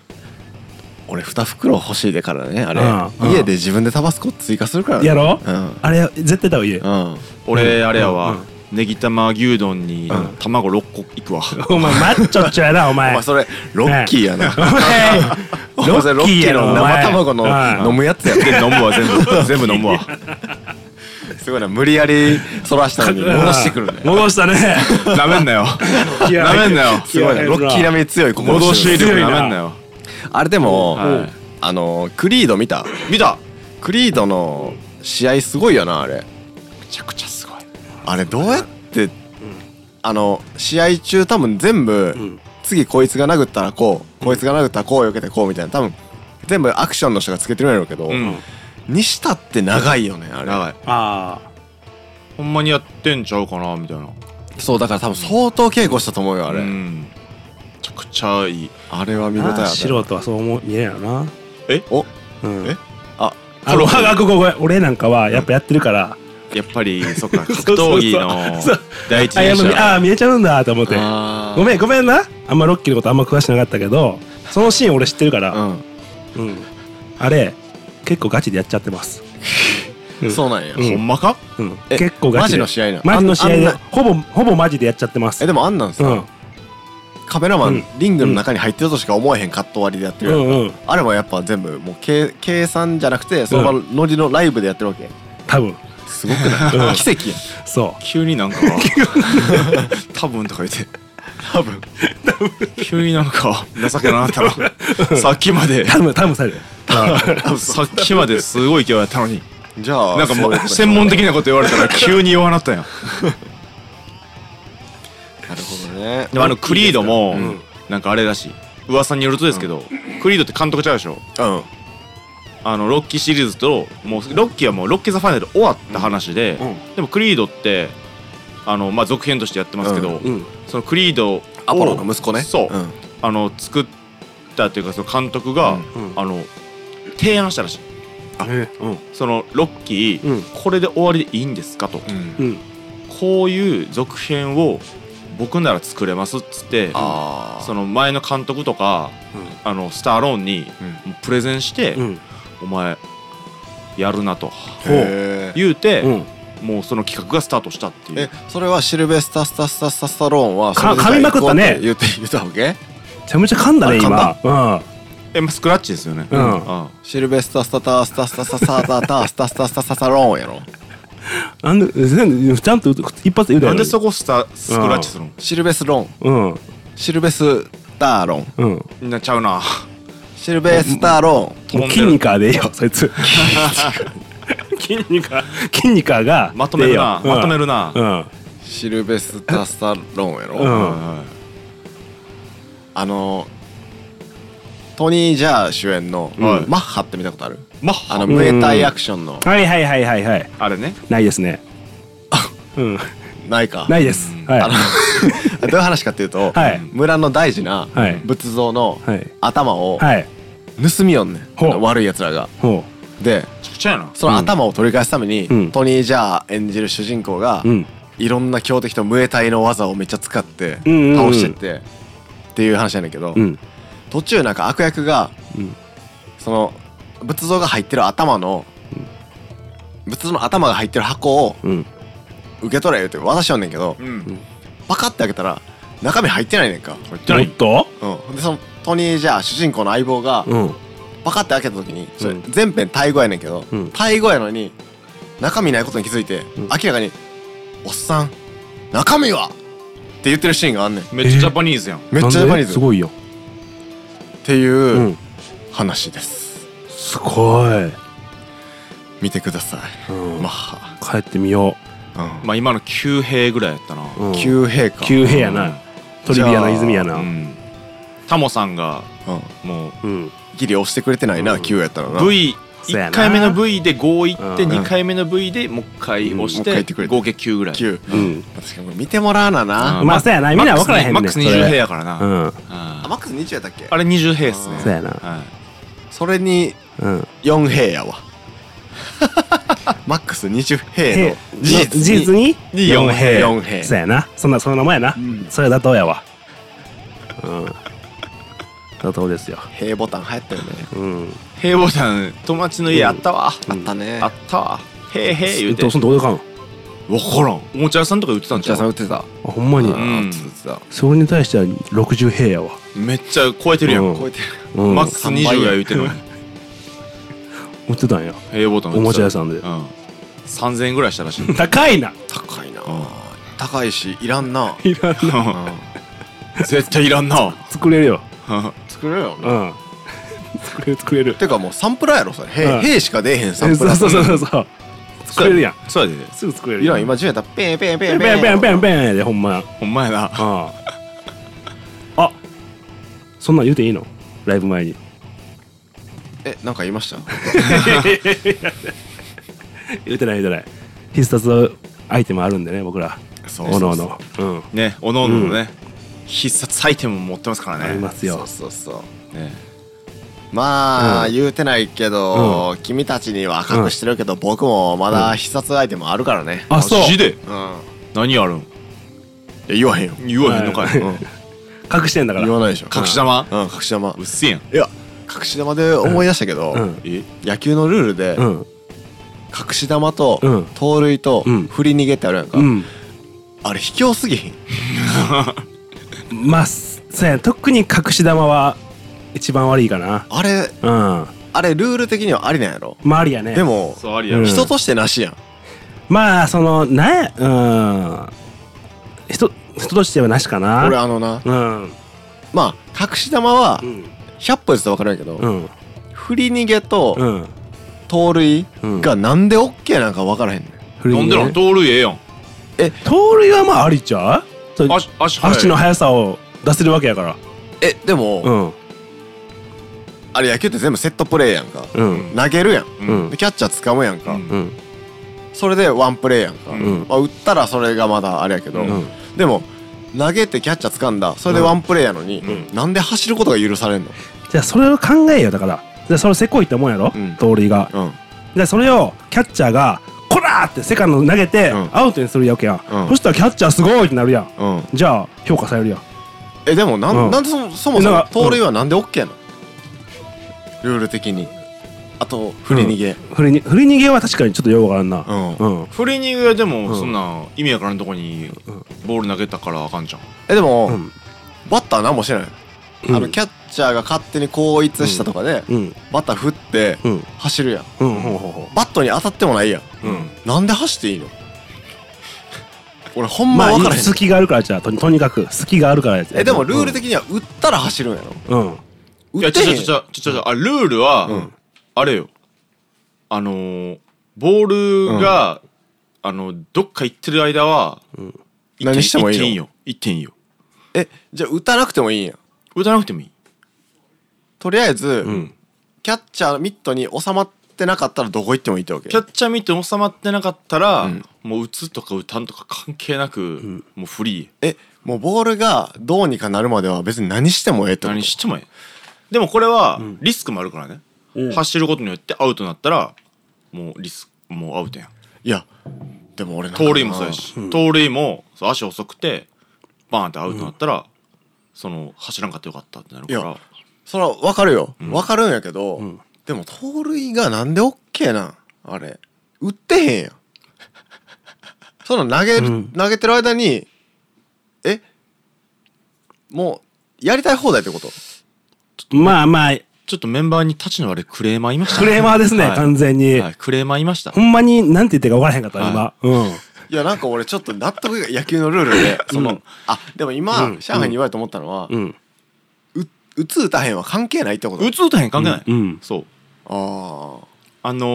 S1: 俺二袋欲しいでからねあれ
S3: うん
S1: 家で自分でタバスコ追加するからね
S3: やろ
S1: うん
S3: あれ絶対だわ家
S1: うん
S2: 俺あれやわ、
S3: うんうん
S2: ネギ玉牛丼に
S1: うん
S2: 卵6個いくわ、
S3: お前マッチョっちょやなお
S1: お
S3: 前
S1: 前それロッキーやな
S3: お前ロ
S1: お前
S3: ッキーやろ
S1: ロッキーの
S3: お
S1: 生
S3: 前
S1: 卵の
S3: うん
S1: 飲むやつやって
S2: 全部飲むわ 全部全部飲むわ
S1: すごいな無理やりそら したのに戻してくるね
S3: 戻し たね
S2: なめんな よ
S3: いや
S2: なめんなよ
S1: すごいな
S3: や
S1: ロッキー並みに強い心
S2: 戻し
S1: してる
S2: 力
S3: 強い
S2: な
S3: な
S2: めんなよ
S1: あれでも、
S2: はい
S1: あのクリード見た
S2: 見た
S1: クリードの試合すごいよなあれ
S2: めちゃくちゃすごい
S1: あれどうやって、あの試合中多分全部、
S3: うん
S1: 次こいつが殴ったらこうこいつが殴ったらこう避けてこうみたいな多分全部アクションの人がつけてるんやろうけど、
S2: うん
S1: にしたって長いよねあれ
S2: 長い
S3: ああ
S2: ほんまにやってんちゃうかなみたいな
S1: そうだから多分相当稽古したと思うよあ
S2: あ
S1: れ、
S2: うんめちゃくちゃいい
S1: あれは見応えあ
S3: あ
S1: る
S3: あ素人はそう思う見えんやろな
S2: え
S1: お
S3: うん
S1: えあ
S3: あのあごめんごめん俺なんかはやっぱやってるから
S2: やっぱり そっか格
S3: そうそうそう
S2: 闘技の
S3: そう
S2: 第一
S3: あ
S2: 人
S3: やっぱ
S2: 者
S3: ああ見えちゃうんだと思って
S1: あー
S3: ごめんごめんなあんまロッキーのことあんま詳しくなかったけどそのシーン俺知ってるからうんあれ結構ガチでやっちゃってます
S1: う
S3: うんん
S1: そうなんや、
S3: うん
S2: ほんまか
S3: うん
S1: え
S3: 結構ガ
S1: マ
S3: チ
S1: ジ
S3: で
S1: の試合な
S3: マジの試合で
S1: あんあんな
S3: ほぼほぼマジでやっちゃってます
S1: えでもあんなんさ、
S3: うん
S1: カメラマン、
S3: うん
S1: リングの中に入ってるとしか思えへんカット割りでやって
S3: う
S1: るやん
S3: んうん
S1: あれはやっぱ全部もう計計算じゃなくてその場のノリのライブでやってるわけ、
S3: 多分
S1: すごくない、奇跡や
S3: そ
S2: 急になん か多分とか言って
S1: 多分
S2: 急になんか情けなかったなさっきまで
S3: う多分多分される
S2: さっきまですごい勢いやったのに
S1: じゃあ
S2: なんかも
S1: そうういうこと
S2: 専門的なこと言われた ら急に弱なったやん
S1: なるほどね
S2: でもあのクリードも
S1: うん
S2: なんかあれらしい噂によるとですけどクリードって監督ちゃうでしょ
S1: うん
S2: あのロッキーシリーズともうロッキーはもうロッキー・ザ・ファイナル終わった話ででもクリードってあのまあ続編としてやってますけど
S3: うん
S2: そのクリードを
S1: アポロの息子ね
S2: そう
S1: うん
S2: あの作ったというかその監督が
S3: うん
S2: あの提案したらしい
S3: うん
S2: そのロッキー
S3: うん
S2: これで終わりでいいんですかと
S3: うん
S2: こういう続編を僕なら作れますっつって
S1: ああ
S2: その前の監督とかあのスターローンに
S1: う
S2: プレゼンして
S3: うん
S2: 「お前やるな」と
S1: へー
S2: 言うて
S3: うん
S2: もうその企画がスタートしたってい
S1: え
S2: う
S1: それはシルベスタ・スタスタスタスタローンは
S3: か
S1: それで
S3: 噛みまくったね
S1: じゃあ行こうって言って言ったわけ
S3: めちゃめちゃ噛んだね
S1: あ
S3: 今うん
S2: えまあスクラッチですよね
S3: うん
S2: あ
S1: シルベスタ・スタタスタスタスタスタタタスタスタスタスタスタローンやろ
S3: なんで全部ちゃんと一発で言うだ
S2: な
S3: よ
S2: んでそこスタスクラッチするの
S1: シルベスロン
S3: うん
S1: シルベスターロン
S3: うんも
S2: みんなちゃうな
S1: シルベスターロン
S3: う 筋肉でいいよそいつ筋肉筋肉が
S2: まとめるな
S3: でいいよ
S2: まとめるな
S3: うん
S1: シルベスタ・スタローンやろ、
S3: うん
S2: は
S1: あのトニー・ジャー主演の、
S2: はい
S1: マッハって見たことある
S2: いマッ
S1: あ
S2: ハ
S1: の
S3: ん
S1: ムエタイアクションの
S3: はいはいはいはいはい
S2: あれね
S3: ないですねうん
S1: ないか
S3: ないです
S1: あ
S3: は
S1: のどういう話かっていうと、
S3: はい
S1: 村の大事な
S3: はい
S1: 仏像の
S3: はい
S1: 頭を
S3: いはい
S1: 盗みよんねん、
S3: ほう
S1: 悪いやつらが
S3: ほ
S1: で
S2: ちっちゃいな
S1: その頭を取り返すために、
S3: うん
S1: トニー・ジャー演じる主人公が、
S3: うん
S1: いろんな強敵とムエタイの技をめっちゃ使って
S3: うんうんうん
S1: 倒してって、っていう話なんだけど、
S3: うん
S1: 途中なんか悪役が、
S3: うん
S1: その仏像が入ってる頭の、仏像の頭が入ってる箱を
S3: うん
S1: 受け取れよって渡しよんねんけど、
S2: うん
S1: パカって開けたら中身入ってないねんか、
S3: おっと
S1: うん、でそのトニー・ジャー主人公の相棒が、
S3: うん
S1: パカって開けた時にそれ
S3: うん
S1: 全編タイ語やねんけど、
S3: うん
S1: タイ語やのに中身ないことに気づいて、明
S3: ん
S1: らかに「おっさん中身は!」って言ってるシーンがあんねん
S2: めっちゃジャパニーズやん
S1: めっちゃジャパニー
S3: す
S1: ズっ
S3: ごいよ
S1: ていううん話です、
S3: すごい
S1: 見てください、
S3: うん
S1: マッハ、
S3: 帰ってみよ
S1: う
S2: まあ今の9兵ぐらいやったな
S3: ううん
S1: ん、旧兵か
S3: 旧部やなトリビアの泉や
S2: う
S3: なん
S2: タモさんが
S1: うん、
S2: もう
S3: うん
S1: ギリ押してくれてないな、
S3: うん
S1: 旧やったらな
S2: V
S3: そうやな
S2: 1回目の V で5いって
S3: うん
S2: 2回目の V でもう一回押し
S1: うんもう一回言っててくれて
S2: 合計9ぐらい
S1: 旧
S3: うん
S1: 確かにこれ見てもらわなな、
S3: まあそうやなみんな分からへんねん
S2: マックス20
S3: それ
S2: 兵やからな
S3: う
S2: うん
S3: ん
S1: あ
S2: あ
S1: マックス20やったっけ
S2: れ20兵っすね
S3: そうやな
S2: はい
S1: それに
S3: うん
S1: 4兵や わマックス20兵の
S3: へ
S1: 事
S3: 事
S1: 実
S3: 実
S1: に
S3: に
S1: に
S3: 4兵
S1: 四兵
S3: そうやなそんなその名前やな
S1: うん
S3: それ妥当やわうん妥当ですよ
S1: 兵ボタン流行ったよね
S3: うん
S2: 兵ボタン友達の家あったわ
S1: あったね
S2: あったわへいへい言うて
S3: どうそんどこで買うの
S2: 分からんおもちゃ屋さんとか売ってたんちゃう
S1: 売ってた
S3: あほんまに
S2: うん
S3: それに対しては60兵やわ
S2: めっちゃ超えてるや
S3: うんん
S1: 超えてる
S3: うん
S2: マックス20や言うてんのに
S3: 売ってたんや
S2: 兵ボタン売ってた
S3: おもちゃ屋さんで
S2: うん3000円ぐらいしたらしい
S3: 高いな
S1: 高いな高いしいらんな
S3: いらんな
S2: 絶対いらんな
S3: 作れるよ
S1: 作れるよな
S3: うん作れる作れる
S1: てかもうサンプラーやろそれ
S3: うん
S1: 兵兵しか出えへんサ
S3: そ
S1: ン
S3: う
S1: プ
S3: そ
S1: ラ
S3: う
S1: ー
S3: そうそう そう作れるやん
S2: そうやです
S3: ぐ作れる
S1: いらん
S3: ん
S1: 今10やったらペンペンペ
S3: ペ
S1: ン
S3: ンペンペンペン
S1: ン
S3: ペンやでほんま
S2: ほんまやな
S3: あああそんなん言うていいのライブ前に
S1: えなんか言いました
S3: 言うてない言うてない必殺アイテムあるんでね僕ら
S1: そ
S3: おのおのうん
S2: ねおのおののね必殺アイテムも持ってますからね
S3: あります
S1: そ
S3: よ
S1: うそうそう
S2: ね
S1: まあ
S3: うん
S1: 言うてないけど君たちには隠してるけど僕もまだ必殺アイテムあるからね
S3: あそう
S2: マジで
S1: うん
S2: 何やるん
S1: いや言わへんよ
S2: 言わへんのかい
S1: うん
S3: 隠してんだから
S1: 言わないでしょ
S2: 隠し玉
S1: うん隠し玉
S2: うっせえやん
S1: いや隠し玉で思い出したけど、
S3: うん
S2: え
S1: 野球のルールで
S3: うん
S1: 隠し玉と
S3: うん
S1: 盗塁と
S3: うん
S1: 振り逃げってあるやんか、
S3: うん
S1: あれ卑怯すぎひん
S3: まあそうや特に隠し玉は一番悪いかな
S1: あれ
S3: うん
S1: あれルール的にはありなんやろ
S3: まあありやね
S1: でも、
S2: そうありやろ
S3: うん
S1: 人としてなしやん
S3: まあそのねうん人人としてはなしかな
S1: 俺あのな
S3: うん
S1: まあ隠し玉は
S3: うん
S1: 100歩ずつ分かるんやけど、
S3: うん
S1: 振り逃げ
S3: う
S1: と
S3: ん
S1: 盗塁
S3: うん
S1: がなんで OK なんか分からへんねん
S2: なんでなん盗塁ええやん
S3: 盗塁はまあありちゃうそう
S2: 足足速い
S3: 足の速さを出せるわけやから
S1: えでも、
S3: うん
S1: あれ野球って全部セットプレーやんか、
S3: うん
S1: 投げるやん
S2: う
S3: うん
S2: ん
S1: でキャッチャー掴むやんか、
S2: うん
S3: うん
S1: それでワンプレーやんか、
S2: う
S3: うん
S1: まあ、打ったらそれがまだあれやけど、
S2: うん
S1: でも投げてキャッチャー掴んだそれでワンプレーやのに、
S2: う
S1: なんで走ることが許されんの、
S3: じゃあそれを考えよだからじゃあそれせこいって思うやろ
S1: うん
S3: 盗塁が
S1: うん、
S3: じゃあそれをキャッチャーが「こら!」ってセカンドに投げて
S1: うん
S3: アウトにするわけやん
S1: うん
S3: そしたらキャッチャーすごいってなるやん
S1: うん、
S3: じゃあ評価されるやん
S1: えでもなん,、
S3: うん
S1: なんでそもそもそ
S3: な
S1: も
S3: んか
S1: 盗塁はなんで OK なの、ルール的にあと振り逃げ、
S3: 振りに振り逃げは確かにちょっとようわからんな
S1: うん
S3: うん
S2: フリーニングはでも
S3: うん
S2: そんな意味やからんとこにボール投げたからあかんじゃん
S1: えでも、
S3: うん
S1: バッター何もしてない、
S3: うん
S1: あのキャッチャーが勝手に後逸したとかで、
S3: うん
S1: バッター振って
S3: うん
S1: 走るやん
S3: うんほうほうほ
S1: バットに当たってもないやん、
S2: うん
S1: なんで走っていいの俺ほ
S3: うん
S1: ま
S3: ま
S1: 分から
S3: あ
S1: へん、
S3: 隙があるからじゃあととにかく隙があるからやつ
S1: えでもルール的には打ったら走るんやろ
S3: うん
S1: 打
S2: いや
S1: って
S2: ち
S1: へ
S2: ょ
S1: ん
S2: ちょちょちょちょちょあルールは、
S1: ん
S2: あれよあのー、ボールが、あのどっか行ってる間は、一
S1: 何してもいいの
S2: 一点よ一点よ
S1: えじゃあ打たなくてもいいんや
S2: 打たなくてもいい
S1: とりあえず、
S3: ん
S1: キャッチャーミットに収まってなかったらどこ行ってもいいってわけ
S2: キャッチャー見て収まってなかったら、
S1: うん
S2: もう打つとか打たんとか関係なく、もうフリー
S1: えもうボールがどうにかなるまでは別に何してもええってこと
S2: 何してもええでもこれはリスクもあるからね、
S3: うん
S2: 走ることによってアウトになったらもうリスもうアウトやん
S1: いやでも俺なんかな
S2: 盗塁もそうやし盗塁もそう足遅くてバーンってアウトになったら、その走らんかったよかったってなるか
S1: い
S2: ら
S1: やそら分かるよ分かるんやけど、でも盗塁がなんで OK なんあれ打ってへんやんその投げる、
S3: うん
S1: 投げてる間にえもうやりたい放題ってこと
S3: まあまあ、
S2: ちょっとメンバーに立ちの悪いクレーマーいました
S3: クレーマーですね、
S2: はい
S3: 完全に。
S2: はい、クレーマーいました
S3: ほんまに、なんて言っていいか分からへんかった、今。うん。
S1: いやなんか俺ちょっと納得が野球のルールでその、
S3: うん
S1: あでも今、
S3: うん
S1: 上海に言われて思ったのは、う
S3: うん。
S1: 打つ打たへんは関係ないってこと
S2: 打つ打たへん関係ない、
S3: うんうん
S2: そう
S1: ああ
S2: あの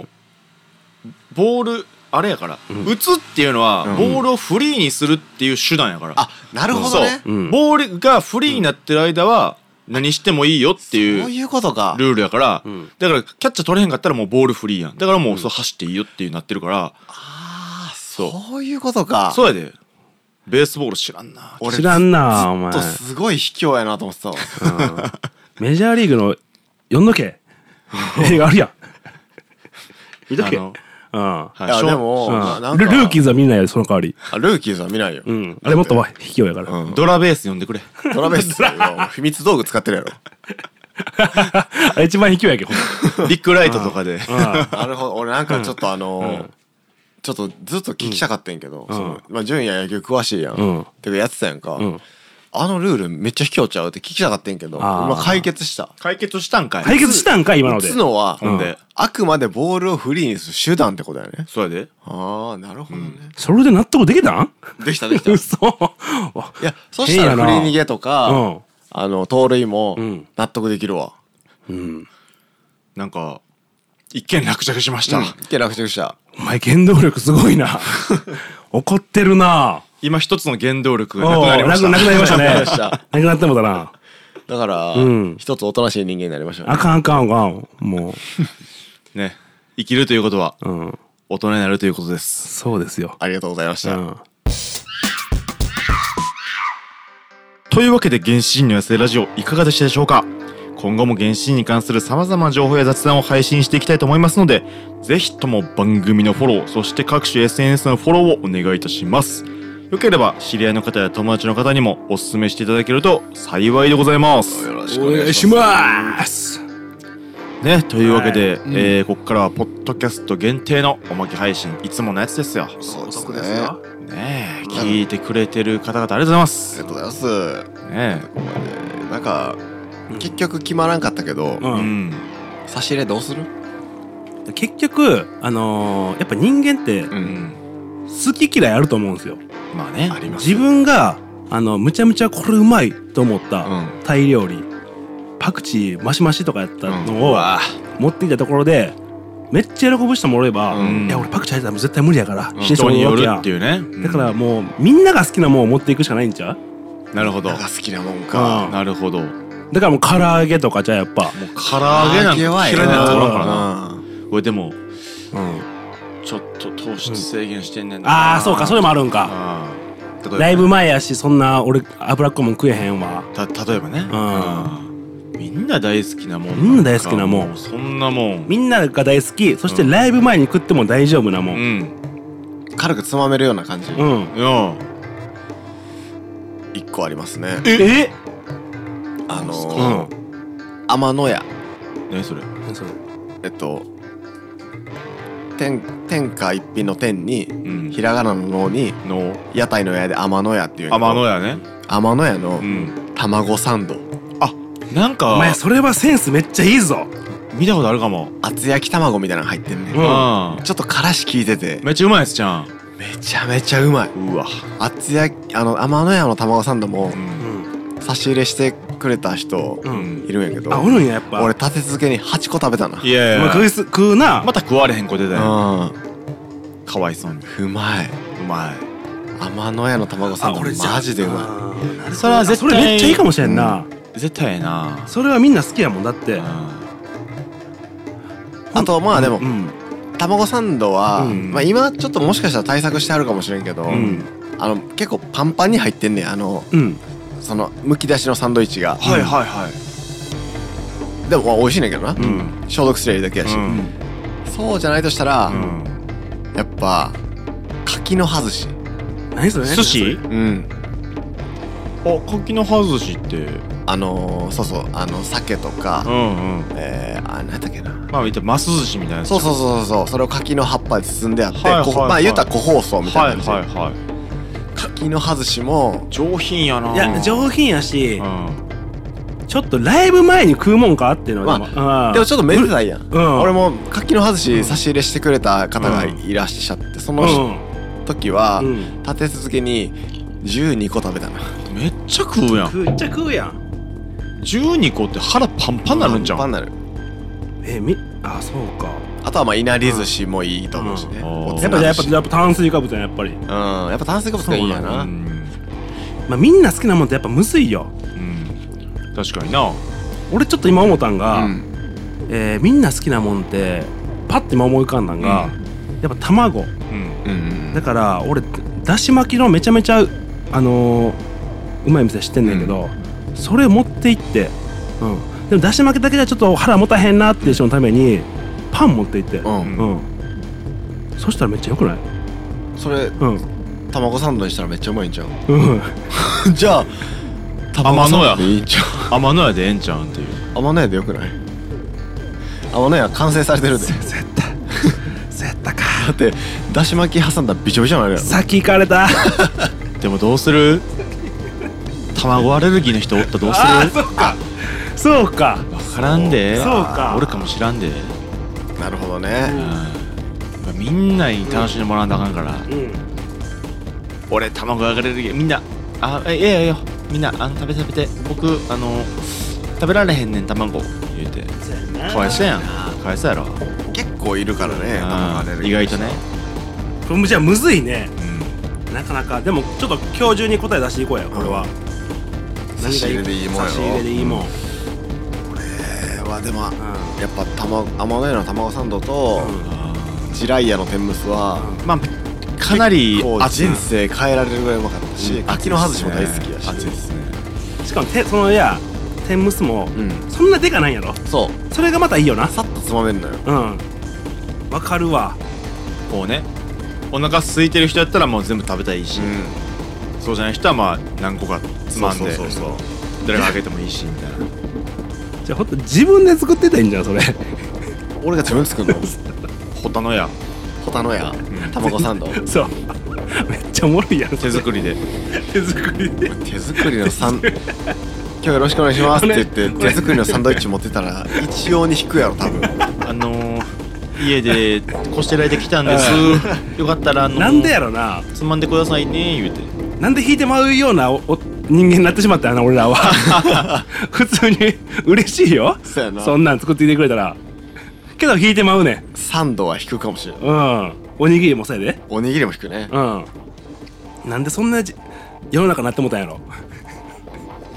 S2: ーボールあれやから、
S3: ん
S2: 打つっていうのは、
S1: うん
S2: ボールをフリーにするっていう手段やから
S1: あなるほどね
S2: そ、
S1: そう
S3: うん
S2: ボールがフリーになってる間は何してもいいよって
S1: う
S2: いう
S1: いうことか
S2: ルールやから、
S3: ん
S2: だからキャッチャー取れへんかったらもうボールフリーやんだからもうそう走っていいよっていうなってるから、
S1: ああ
S2: そう
S1: そういうことか
S2: そうやでベースボール知らんな
S1: 俺
S3: 知らんなお前
S1: ずっとすごい卑怯やなと思ってたわ
S3: メジャーリーグの4 のけ映画あるやん。見とけ。
S2: あ
S3: うん
S2: の。
S3: う
S2: はい
S1: いや
S2: しょう
S1: でもななん
S3: ん
S1: か
S3: ルルーキーズは見ないよ、その代わり。
S1: あルーキーズは見ないよ、
S3: うん。あれもっと卑怯やから。
S1: うん
S2: ドラベース呼んでくれ
S1: トラベスは秘 密道具使ってるやろ
S3: あれ一番卑怯やけど、ほ ん
S2: ビッグライトとかで
S3: まうん
S1: なるほど俺なんかちょっとあのーちょっとずっと聞きたかったんやけど、そのまあ、純也野球詳しいやん、
S3: うん
S1: てかやってたやんか、
S3: ん
S1: あのルールめっちゃ卑怯ちゃうって聞きたかったんやけど
S3: あー
S1: 今解決した
S2: 解決したんかい
S3: 解決したんか、今の
S1: 打
S3: で
S1: つ。のは、
S2: ほんで、
S1: あくまでボールをフリーにする手段ってことやね
S2: そうやで
S1: ああなるほどね、
S3: それで納得できたん
S1: できたできたい
S3: 嘘。
S1: やそしたら
S3: 変
S1: フ
S3: やな
S1: リー逃げとか、
S3: うん
S1: あの盗塁も
S3: ん
S1: 納得できるわ、
S3: うん。
S2: なんか一見落着しました、
S1: いけ楽勝した
S3: お前、原動力すご いな。怒ってるな。
S2: 今一つの原動力がな
S3: お
S2: く
S3: う
S2: なりました
S3: なくなりましたね
S1: なくなりました。
S3: なくなってもだな。
S1: だから、
S3: うん
S1: 一つおとなしい人間になりました
S3: あ
S1: ね
S3: かんあかんあかん。も
S2: ね生きるということは
S3: う。うん。
S2: 大人になるということです
S3: そうですよ。
S1: ありがとうございまし
S3: う
S1: た、
S3: ん。
S2: というわけで原始人の野生ラジオいかがでしたでしょうか今後も原始人に関する様々な情報や雑談を配信していきたいと思いますのでぜひとも番組のフォローそして各種 SNS のフォローをお願いいたしますよければ知り合いの方や友達の方にもお勧めしていただけると幸いでございます
S1: よろしく
S3: お
S1: お願
S3: 願い
S1: い
S3: し
S1: します
S3: ます。
S2: ねというわけで、
S1: ん
S2: えーここからはポッドキャスト限定のおまけ配信いつものやつですよ
S1: そうですねあ
S3: よ。
S2: ねえ聞いてくれてる方々ありがとうございま
S1: り
S2: す
S1: がとうございます
S2: ね
S1: ここまでなんか、結局決まらんかったけど、
S3: う。
S2: えうんん
S1: 差し入れどうする
S3: 結局、あのーやっぱ人間って
S1: う
S2: うんん
S3: 好き嫌いあると思うんですよ。
S2: まあね
S1: あります
S3: 自分が、あの、むちゃむちゃこれうまいと思っ
S1: う
S3: た
S1: ん
S3: タイ料理、パクチーマシマシとかやった
S2: う
S3: のを
S2: わ
S3: 持ってきたところで、めっちゃ喜ぶ人もおれば、
S2: うん
S3: いや、俺パクチー入ったら絶対無理やから、新
S2: 人
S3: 鮮
S2: に
S3: な
S2: よ
S3: わけ
S2: る
S3: やん
S2: っていうね
S3: だか
S2: う
S3: らもう、みんなが好きなもんを持っていくしかないんちゃうん
S2: なるほど
S1: なんか好きなもんか、
S2: なるほどもう
S3: だからもう唐揚げとかじゃあやっぱ、
S2: 唐揚げなんか嫌いな
S1: は
S2: やつ
S1: 嫌
S2: お
S1: いな
S2: ら
S1: と
S2: ん
S1: こ
S2: から
S1: ろ
S2: な
S1: な
S2: これでも
S3: うん、
S2: ちょっと糖質制限してんねん
S3: ああそうかそれもあるんか
S2: ああ
S3: だいぶ前やしそんな俺脂っこいもん食えへんわ
S2: た例えばね
S3: ん
S2: うんみんな大好きなもん
S3: みんな大好きなもん
S2: うそんなもん
S3: みんなが大好きそして
S2: うん
S3: ライブ前に食っても大丈夫なも
S2: うんん
S1: 軽くつまめるような感じ、
S3: うん、
S2: いや
S1: 一個ありますね
S3: え
S1: あの
S3: う
S1: ー
S3: ん
S1: 天野屋
S2: 何それ
S3: 何それ
S1: えっと天天下一品の天に
S2: うん
S1: ひらがなの脳に
S2: の
S1: 屋台の屋で天野屋っていうの
S2: 天野屋ね
S1: 天野屋の
S2: うん
S1: 卵サンド
S2: あなん
S3: お前
S2: か
S3: それはセンスめっちゃいいぞ
S2: 見たことあるかも
S1: 厚焼き卵みたいなの入ってんね、
S3: うん
S2: あ
S1: ちょっとからし効いてて
S2: めっちゃうまいやつじゃん
S1: めちゃめちゃうまいう
S2: わ
S1: 厚焼きあの天野屋の卵サンドも
S2: うん
S3: ん
S1: 差し入れしてくれた人
S3: うん
S1: いるんやけど、
S3: あおるんややっぱ
S1: 俺立て続けに8個食べたな、
S2: いやい
S3: お前
S2: や
S3: 食いす食うな、
S2: また食われへん子出たよ
S1: う
S2: かわいそうに
S1: んうまい
S2: お前
S1: 天野屋の卵サンドマジでうま
S3: ま
S2: それは絶対
S3: それめっちゃいいかもしれんな、
S2: 絶対ええな
S3: それはみんな好きやもんだって
S1: いあとまあでも、
S3: うん
S1: 卵サンドは、
S3: うん
S1: まあ、今ちょっともしかしたら対策してあるかもしれんけど、
S3: うん
S1: あの結構パンパンに入ってんねんあの
S3: うん
S1: そのむき出しのサンドイッチが、
S2: はいはいはい
S1: でもまあ美味しいねんだけどな、
S2: うん
S1: 消毒すりゃいいだけやし、
S2: うん
S1: そうじゃないとしたら、
S2: うん
S1: やっぱ柿の外し
S3: 何それ
S2: 寿司
S1: うん
S2: あ柿の葉寿司って
S1: あのーそうそうあの鮭とか、
S2: んうん
S1: えー、あ何だっけな
S2: まあ言ってマス寿司みたいな
S1: そうそうそうそうそれを柿の葉っぱで包んであって、
S2: はいはいはい
S1: こまあ言ったら個包装みた
S2: はいい
S1: な
S2: はい
S1: 感じで、
S2: はい
S1: 柿の外しも
S2: 上品やない
S3: や上品やし
S2: うん
S3: ちょっとライブ前に食うもんかっていうのはま
S1: でもちょっとめでたいやん、
S3: うん
S1: 俺も柿の外し差し入れしてくれた方がいらっしゃってその人時は
S3: うん
S1: 立て続けに12個食べたな
S2: めっちゃ食うやん
S3: 食っちゃ食うやん
S2: 12個って腹パンパンなるんじゃ
S1: パン
S2: ん
S1: なる
S3: えみあそうか
S1: あとはまあいなり寿司もいいと思うしね、
S2: うん
S1: おつ
S3: やっ
S1: ま
S3: ぱ
S1: み
S3: やっぱやっぱ炭水化物やんやっぱり
S1: うんやっぱ炭水化物がいいんや
S2: う
S1: な、
S2: ん
S3: まあみんな好きなもんってやっぱむずいよ
S2: うん確かにな
S3: 俺ちょっと今思ったんが、
S1: うん
S3: えーみんな好きなもんってパッて今思い浮かんだんが、
S2: うん
S3: やっぱ卵
S2: うん
S1: うん
S3: だから俺だし巻きのめちゃめちゃあのーうまい店知ってんだけど、それ持って行って、うん、でもだし巻きだけじゃちょっと腹持たへんなっていう人のためにパン持って行って、
S1: うん、
S2: ん
S3: うんそしたらめっちゃよくない
S1: それ
S3: うん
S1: 卵サンドにしたらめっちゃう まいんちゃう
S3: うん
S1: じゃあ
S2: 天野や
S1: でいいんちゃう
S2: 天野屋でええんちゃうんっていう
S1: 天野屋でよくない天野屋完成されてるで
S3: 絶対絶対か
S1: だってだし巻き挟んだらびちょびちょになるやろ
S3: 先行かれた
S2: でもどうする卵アレルギーの人おったらどうする
S3: あーそっかそうか
S2: 分からんで
S3: そうか
S2: おるかもしらんで、
S1: なるほどね
S2: うん、みんなに楽しんでもらわなあかんから、
S3: うん
S2: 俺卵アレルギーみんなあええやええよみんなあの食べて食べて僕あの食べられへんねん卵言うてかわいそうやんかわいそうやろ、
S1: 結構いるからね卵アレル
S2: うん
S1: ギー
S2: 意外とね、
S3: これじゃあむずいね
S2: う
S3: なかなかでもちょっと今日中に答え出していこうやこれは、
S1: 差し入れでいいもんやろ
S3: 差し入れでいいもん、うん
S1: えーまあでもやっぱ卵天野屋の卵サンドと
S3: うん
S1: ジライヤの天むすは
S2: ん、まあかなり
S1: こう
S2: 熱い
S1: 人生変えられるぐらいうまかったし秋の外しも大好きやし
S2: 熱いですね
S3: しかもてそのいや天むすも
S1: うん
S3: そんなでかないんやろ
S1: そう
S3: それがまたいいよな
S1: さっとつまめんのよ
S3: うんわかるわ
S2: こうねお腹空いてる人やったらもう全部食べたらいいし、そうじゃない人はまあ何個かつまんで
S1: そうそうそう
S2: 誰があげてもいいしみたいな
S3: じゃあほんと自分で作ってたらいいんじゃんそれ
S1: 俺が自分で作るの
S2: 他のや
S1: ホタノや卵サン ド
S3: そう めっちゃおもろいやろ
S2: 手作りで
S3: 手作りで
S1: 手作りのサン今日よろしくお願いしますって言って手作りのサンドイッチ持ってたら一様に引くやろ多分
S2: あのー、家でこしてられてきたんですよかったらあのー、
S3: なんでやろな
S2: つまんでくださいね言うて
S3: なんで引いてまうようなおお人間になってしまったよな俺らは普通に嬉しいよ
S1: そうやな
S3: そんなん作ってきてくれたらけど引いてまうね
S1: サンドは引くかもしれない
S3: うんおにぎりもそうやで
S1: おにぎりも引くね
S3: うんなんでそんなじ世の中になってもうたんやろ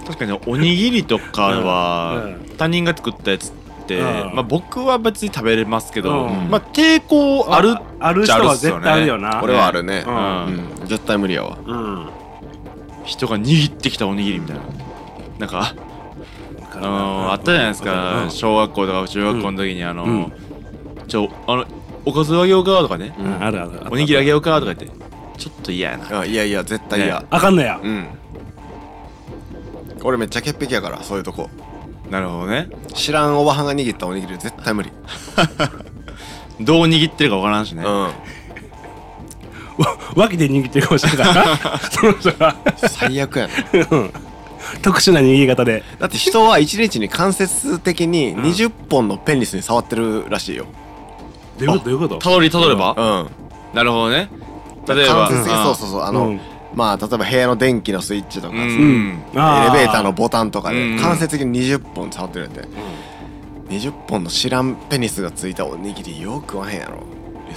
S2: 確かにおにぎりとか
S3: う
S2: は
S3: ん
S2: 他人が作ったやつって、
S3: うん
S2: まあ、僕は別に食べれますけど、
S3: うん
S2: まあ抵抗あるっちゃ
S3: ある人
S2: ある
S3: は
S2: っすよ
S3: 絶
S2: ね
S3: 対あるよな
S1: 俺はあるね
S2: うん
S1: うん絶対無理やわ
S3: うん
S2: 人が握ってきたおにぎりみたいななんかあのー、あったじゃないです
S3: う
S2: か
S3: ん
S2: 小学校とか中学校の時にあの
S3: うん
S2: ー、ちょあのおかずあげようかとかね、
S3: うんあるある
S2: おにぎりあげ
S3: よ
S2: ようかとか言ってちょっと嫌やな
S1: あいやいや絶対嫌
S2: ね
S3: あかんのや
S1: うん俺めっちゃ潔癖やからそういうとこ
S2: なるほどね
S1: 知らんおばはんが握ったおにぎり絶対無理
S2: どう握ってるかわからんしね、
S1: うん
S3: わ脇で握ってるかもしれないからなその人が
S1: 最悪やな
S3: 特殊な握り方で
S1: だって人は一日に間接的に20本のペニスに触ってるらしいよ
S3: どういうことどういうこと
S2: たどりたどれば、
S1: うん
S2: なるほどね例えば
S1: 間接的
S2: あー
S1: そうそうそうあの、
S3: うん
S1: まあ例えば部屋の電気のスイッチとかさ、
S2: うん
S1: エレ
S3: あ
S1: ベーターのボタンとか
S2: うんう
S1: で
S2: ん
S1: 間接的に20本触ってるんやって、20本の知らんペニスがついたおにぎりよくわへんやろ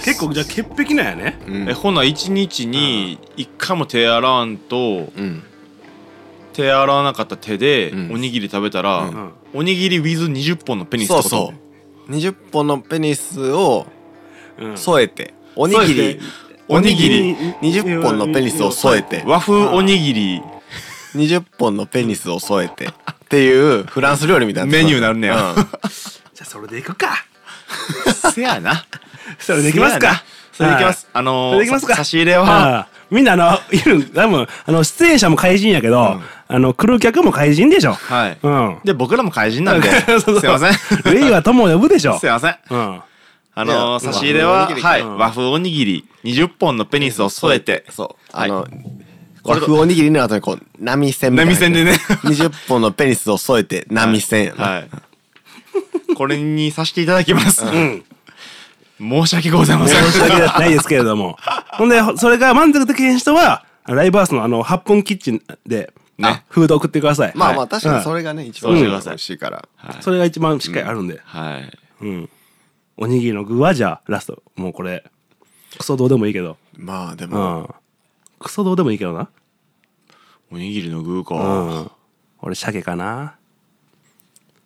S3: 結構じゃあ潔癖なんやね
S1: うん
S2: えほな一日に一回も手洗わんと
S1: うん
S2: 手洗わなかった手で
S1: うん
S2: おにぎり食べたら、
S1: うん
S2: おにぎり with20 本のペニスって
S1: そう
S2: こ
S1: そ
S2: と
S1: う20本のペニスを
S3: うん
S1: 添えておにぎ
S3: 添え
S1: り
S3: て
S1: おにぎり
S3: おにぎり
S1: 20本のペニスを添えて
S2: 和風おにぎり
S1: 20本のペニスを添えてっていうフランス料理みたいな
S2: メニューなるね
S1: う
S2: や
S1: ん
S3: じゃあそれでいくか
S2: せやな。
S3: それでいきますか
S2: せやなそれでいきます。
S3: はい
S2: あのー
S3: それでいきますか
S2: さ差し入れは、
S3: ああみんなあのいる多分あの出演者も怪人やけど、あの来る客も怪人でしょ
S2: はい。
S3: うん
S2: で、僕らも怪人 なんで、
S3: そうそう
S2: すいません。
S3: レイは友を呼ぶでしょ
S2: すいません。
S3: うん
S2: あ
S1: いや
S2: のー
S1: 和
S2: 差し入れは、
S1: 風おにぎり
S2: はい、
S1: うん
S2: 和風おにぎり20本のペニスを添えて、
S1: そう
S2: は
S1: あ
S2: い
S1: の、和風おにぎりの後にこう波線みたいな
S2: 波線でね
S1: 20本のペニスを添えて波線やな、
S2: はい。 これにさせていただきます。申し訳ございません。
S3: 申し訳ないですけれども ほんでほそれが満足できへん人はライブハウスのあの8分キッチンで、
S2: ね
S3: あフード送ってください
S1: まあま
S3: は
S1: あ
S3: い
S1: 確かにそ
S3: は
S1: れがね一
S2: う
S1: 番
S2: ん
S1: 美味しいから、
S3: いそれが一番しっかりあるんで、
S2: はい。
S3: おにぎりの具はじゃあラストもうこれクソどうでもいいけど
S1: まあで
S3: う
S1: も、
S3: んクソどうでもいいけどな
S2: おにぎりの具か。
S3: うん俺鮭かな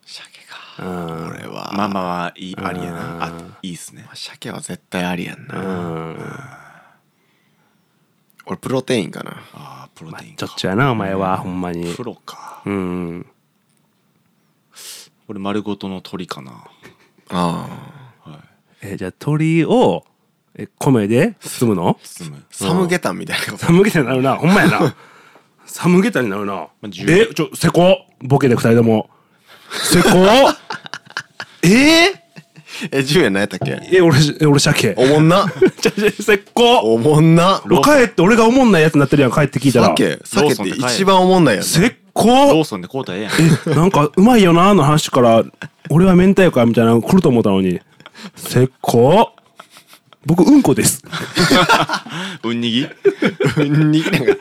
S1: 鮭か
S3: うん
S1: これは
S2: まあまあまあ、いい、ありやな。あ、いいっすね。
S1: 鮭は絶対ありやんな、
S3: うん
S1: 俺プロテインかな
S2: あープロテイン
S3: ちょ
S2: か
S3: っ。ちょやなお前はほんまに
S2: プロか。
S3: うん
S2: 俺、丸ごとの鳥かな。
S1: あ
S3: えじゃあ鳥をえ米で包むの
S2: 包む。
S1: サムゲタンみたいなこと、
S3: サムゲタンになるなほんまや なサムゲタンになるな
S2: あ十
S3: えちょせこボケで二人ともせ こえ
S1: え10円何やったっけ
S3: え俺しえ俺鮭
S1: おもんな
S3: ちょちょせっこ
S1: おもんな
S3: もう帰って俺がおもんないやつになってるやん帰って聞いたら
S1: 鮭
S2: ロー
S1: 鮭っ
S2: ソン
S1: て
S2: で買え
S1: 一番おもんないやん
S3: せっ
S2: ロー
S3: こ
S2: ソンで買うたらええ やん。
S3: えなんかうまいよなの話から俺は明太子やみたいなの来ると思ったのにせっこ僕うんこです
S2: うんにぎ
S1: うん になんか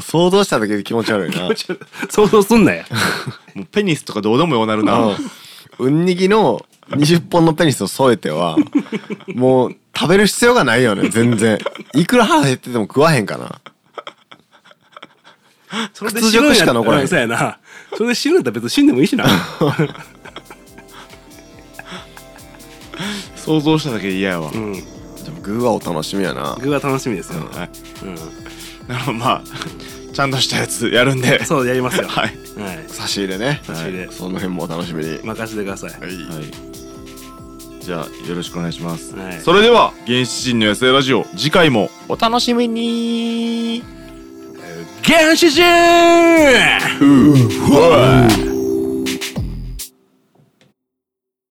S1: 想像しただけで気持ち悪いな
S3: 想像すんなよ
S2: もうペニスとかどうでもようなるな。
S1: うんにぎの20本のペニスを添えて はもう食べる必要がないよね全然いくら腹減ってても食わへんかな
S3: それ
S1: 屈辱しか残らへん
S3: うんそうやなそれで死ぬんだったら別に死んでもいいしな
S2: 想像しただけで嫌やわ。
S3: うん
S1: でも具はお楽しみやな
S3: 具が楽しみですよ、
S2: はい。
S3: うん、
S2: なるほど、まあ、ちゃんとしたやつやるんで。
S3: そうやりますよ
S2: はい。
S3: はい
S1: 差し入れね
S3: 差し入れ
S1: はいその辺もお楽しみに、
S3: 任せてください
S1: はい
S2: はい。じゃあよろしくお願いします。
S3: はい
S2: それでは原始人の野生ラジオ次回もお楽しみに。
S3: 原始人
S2: うわ。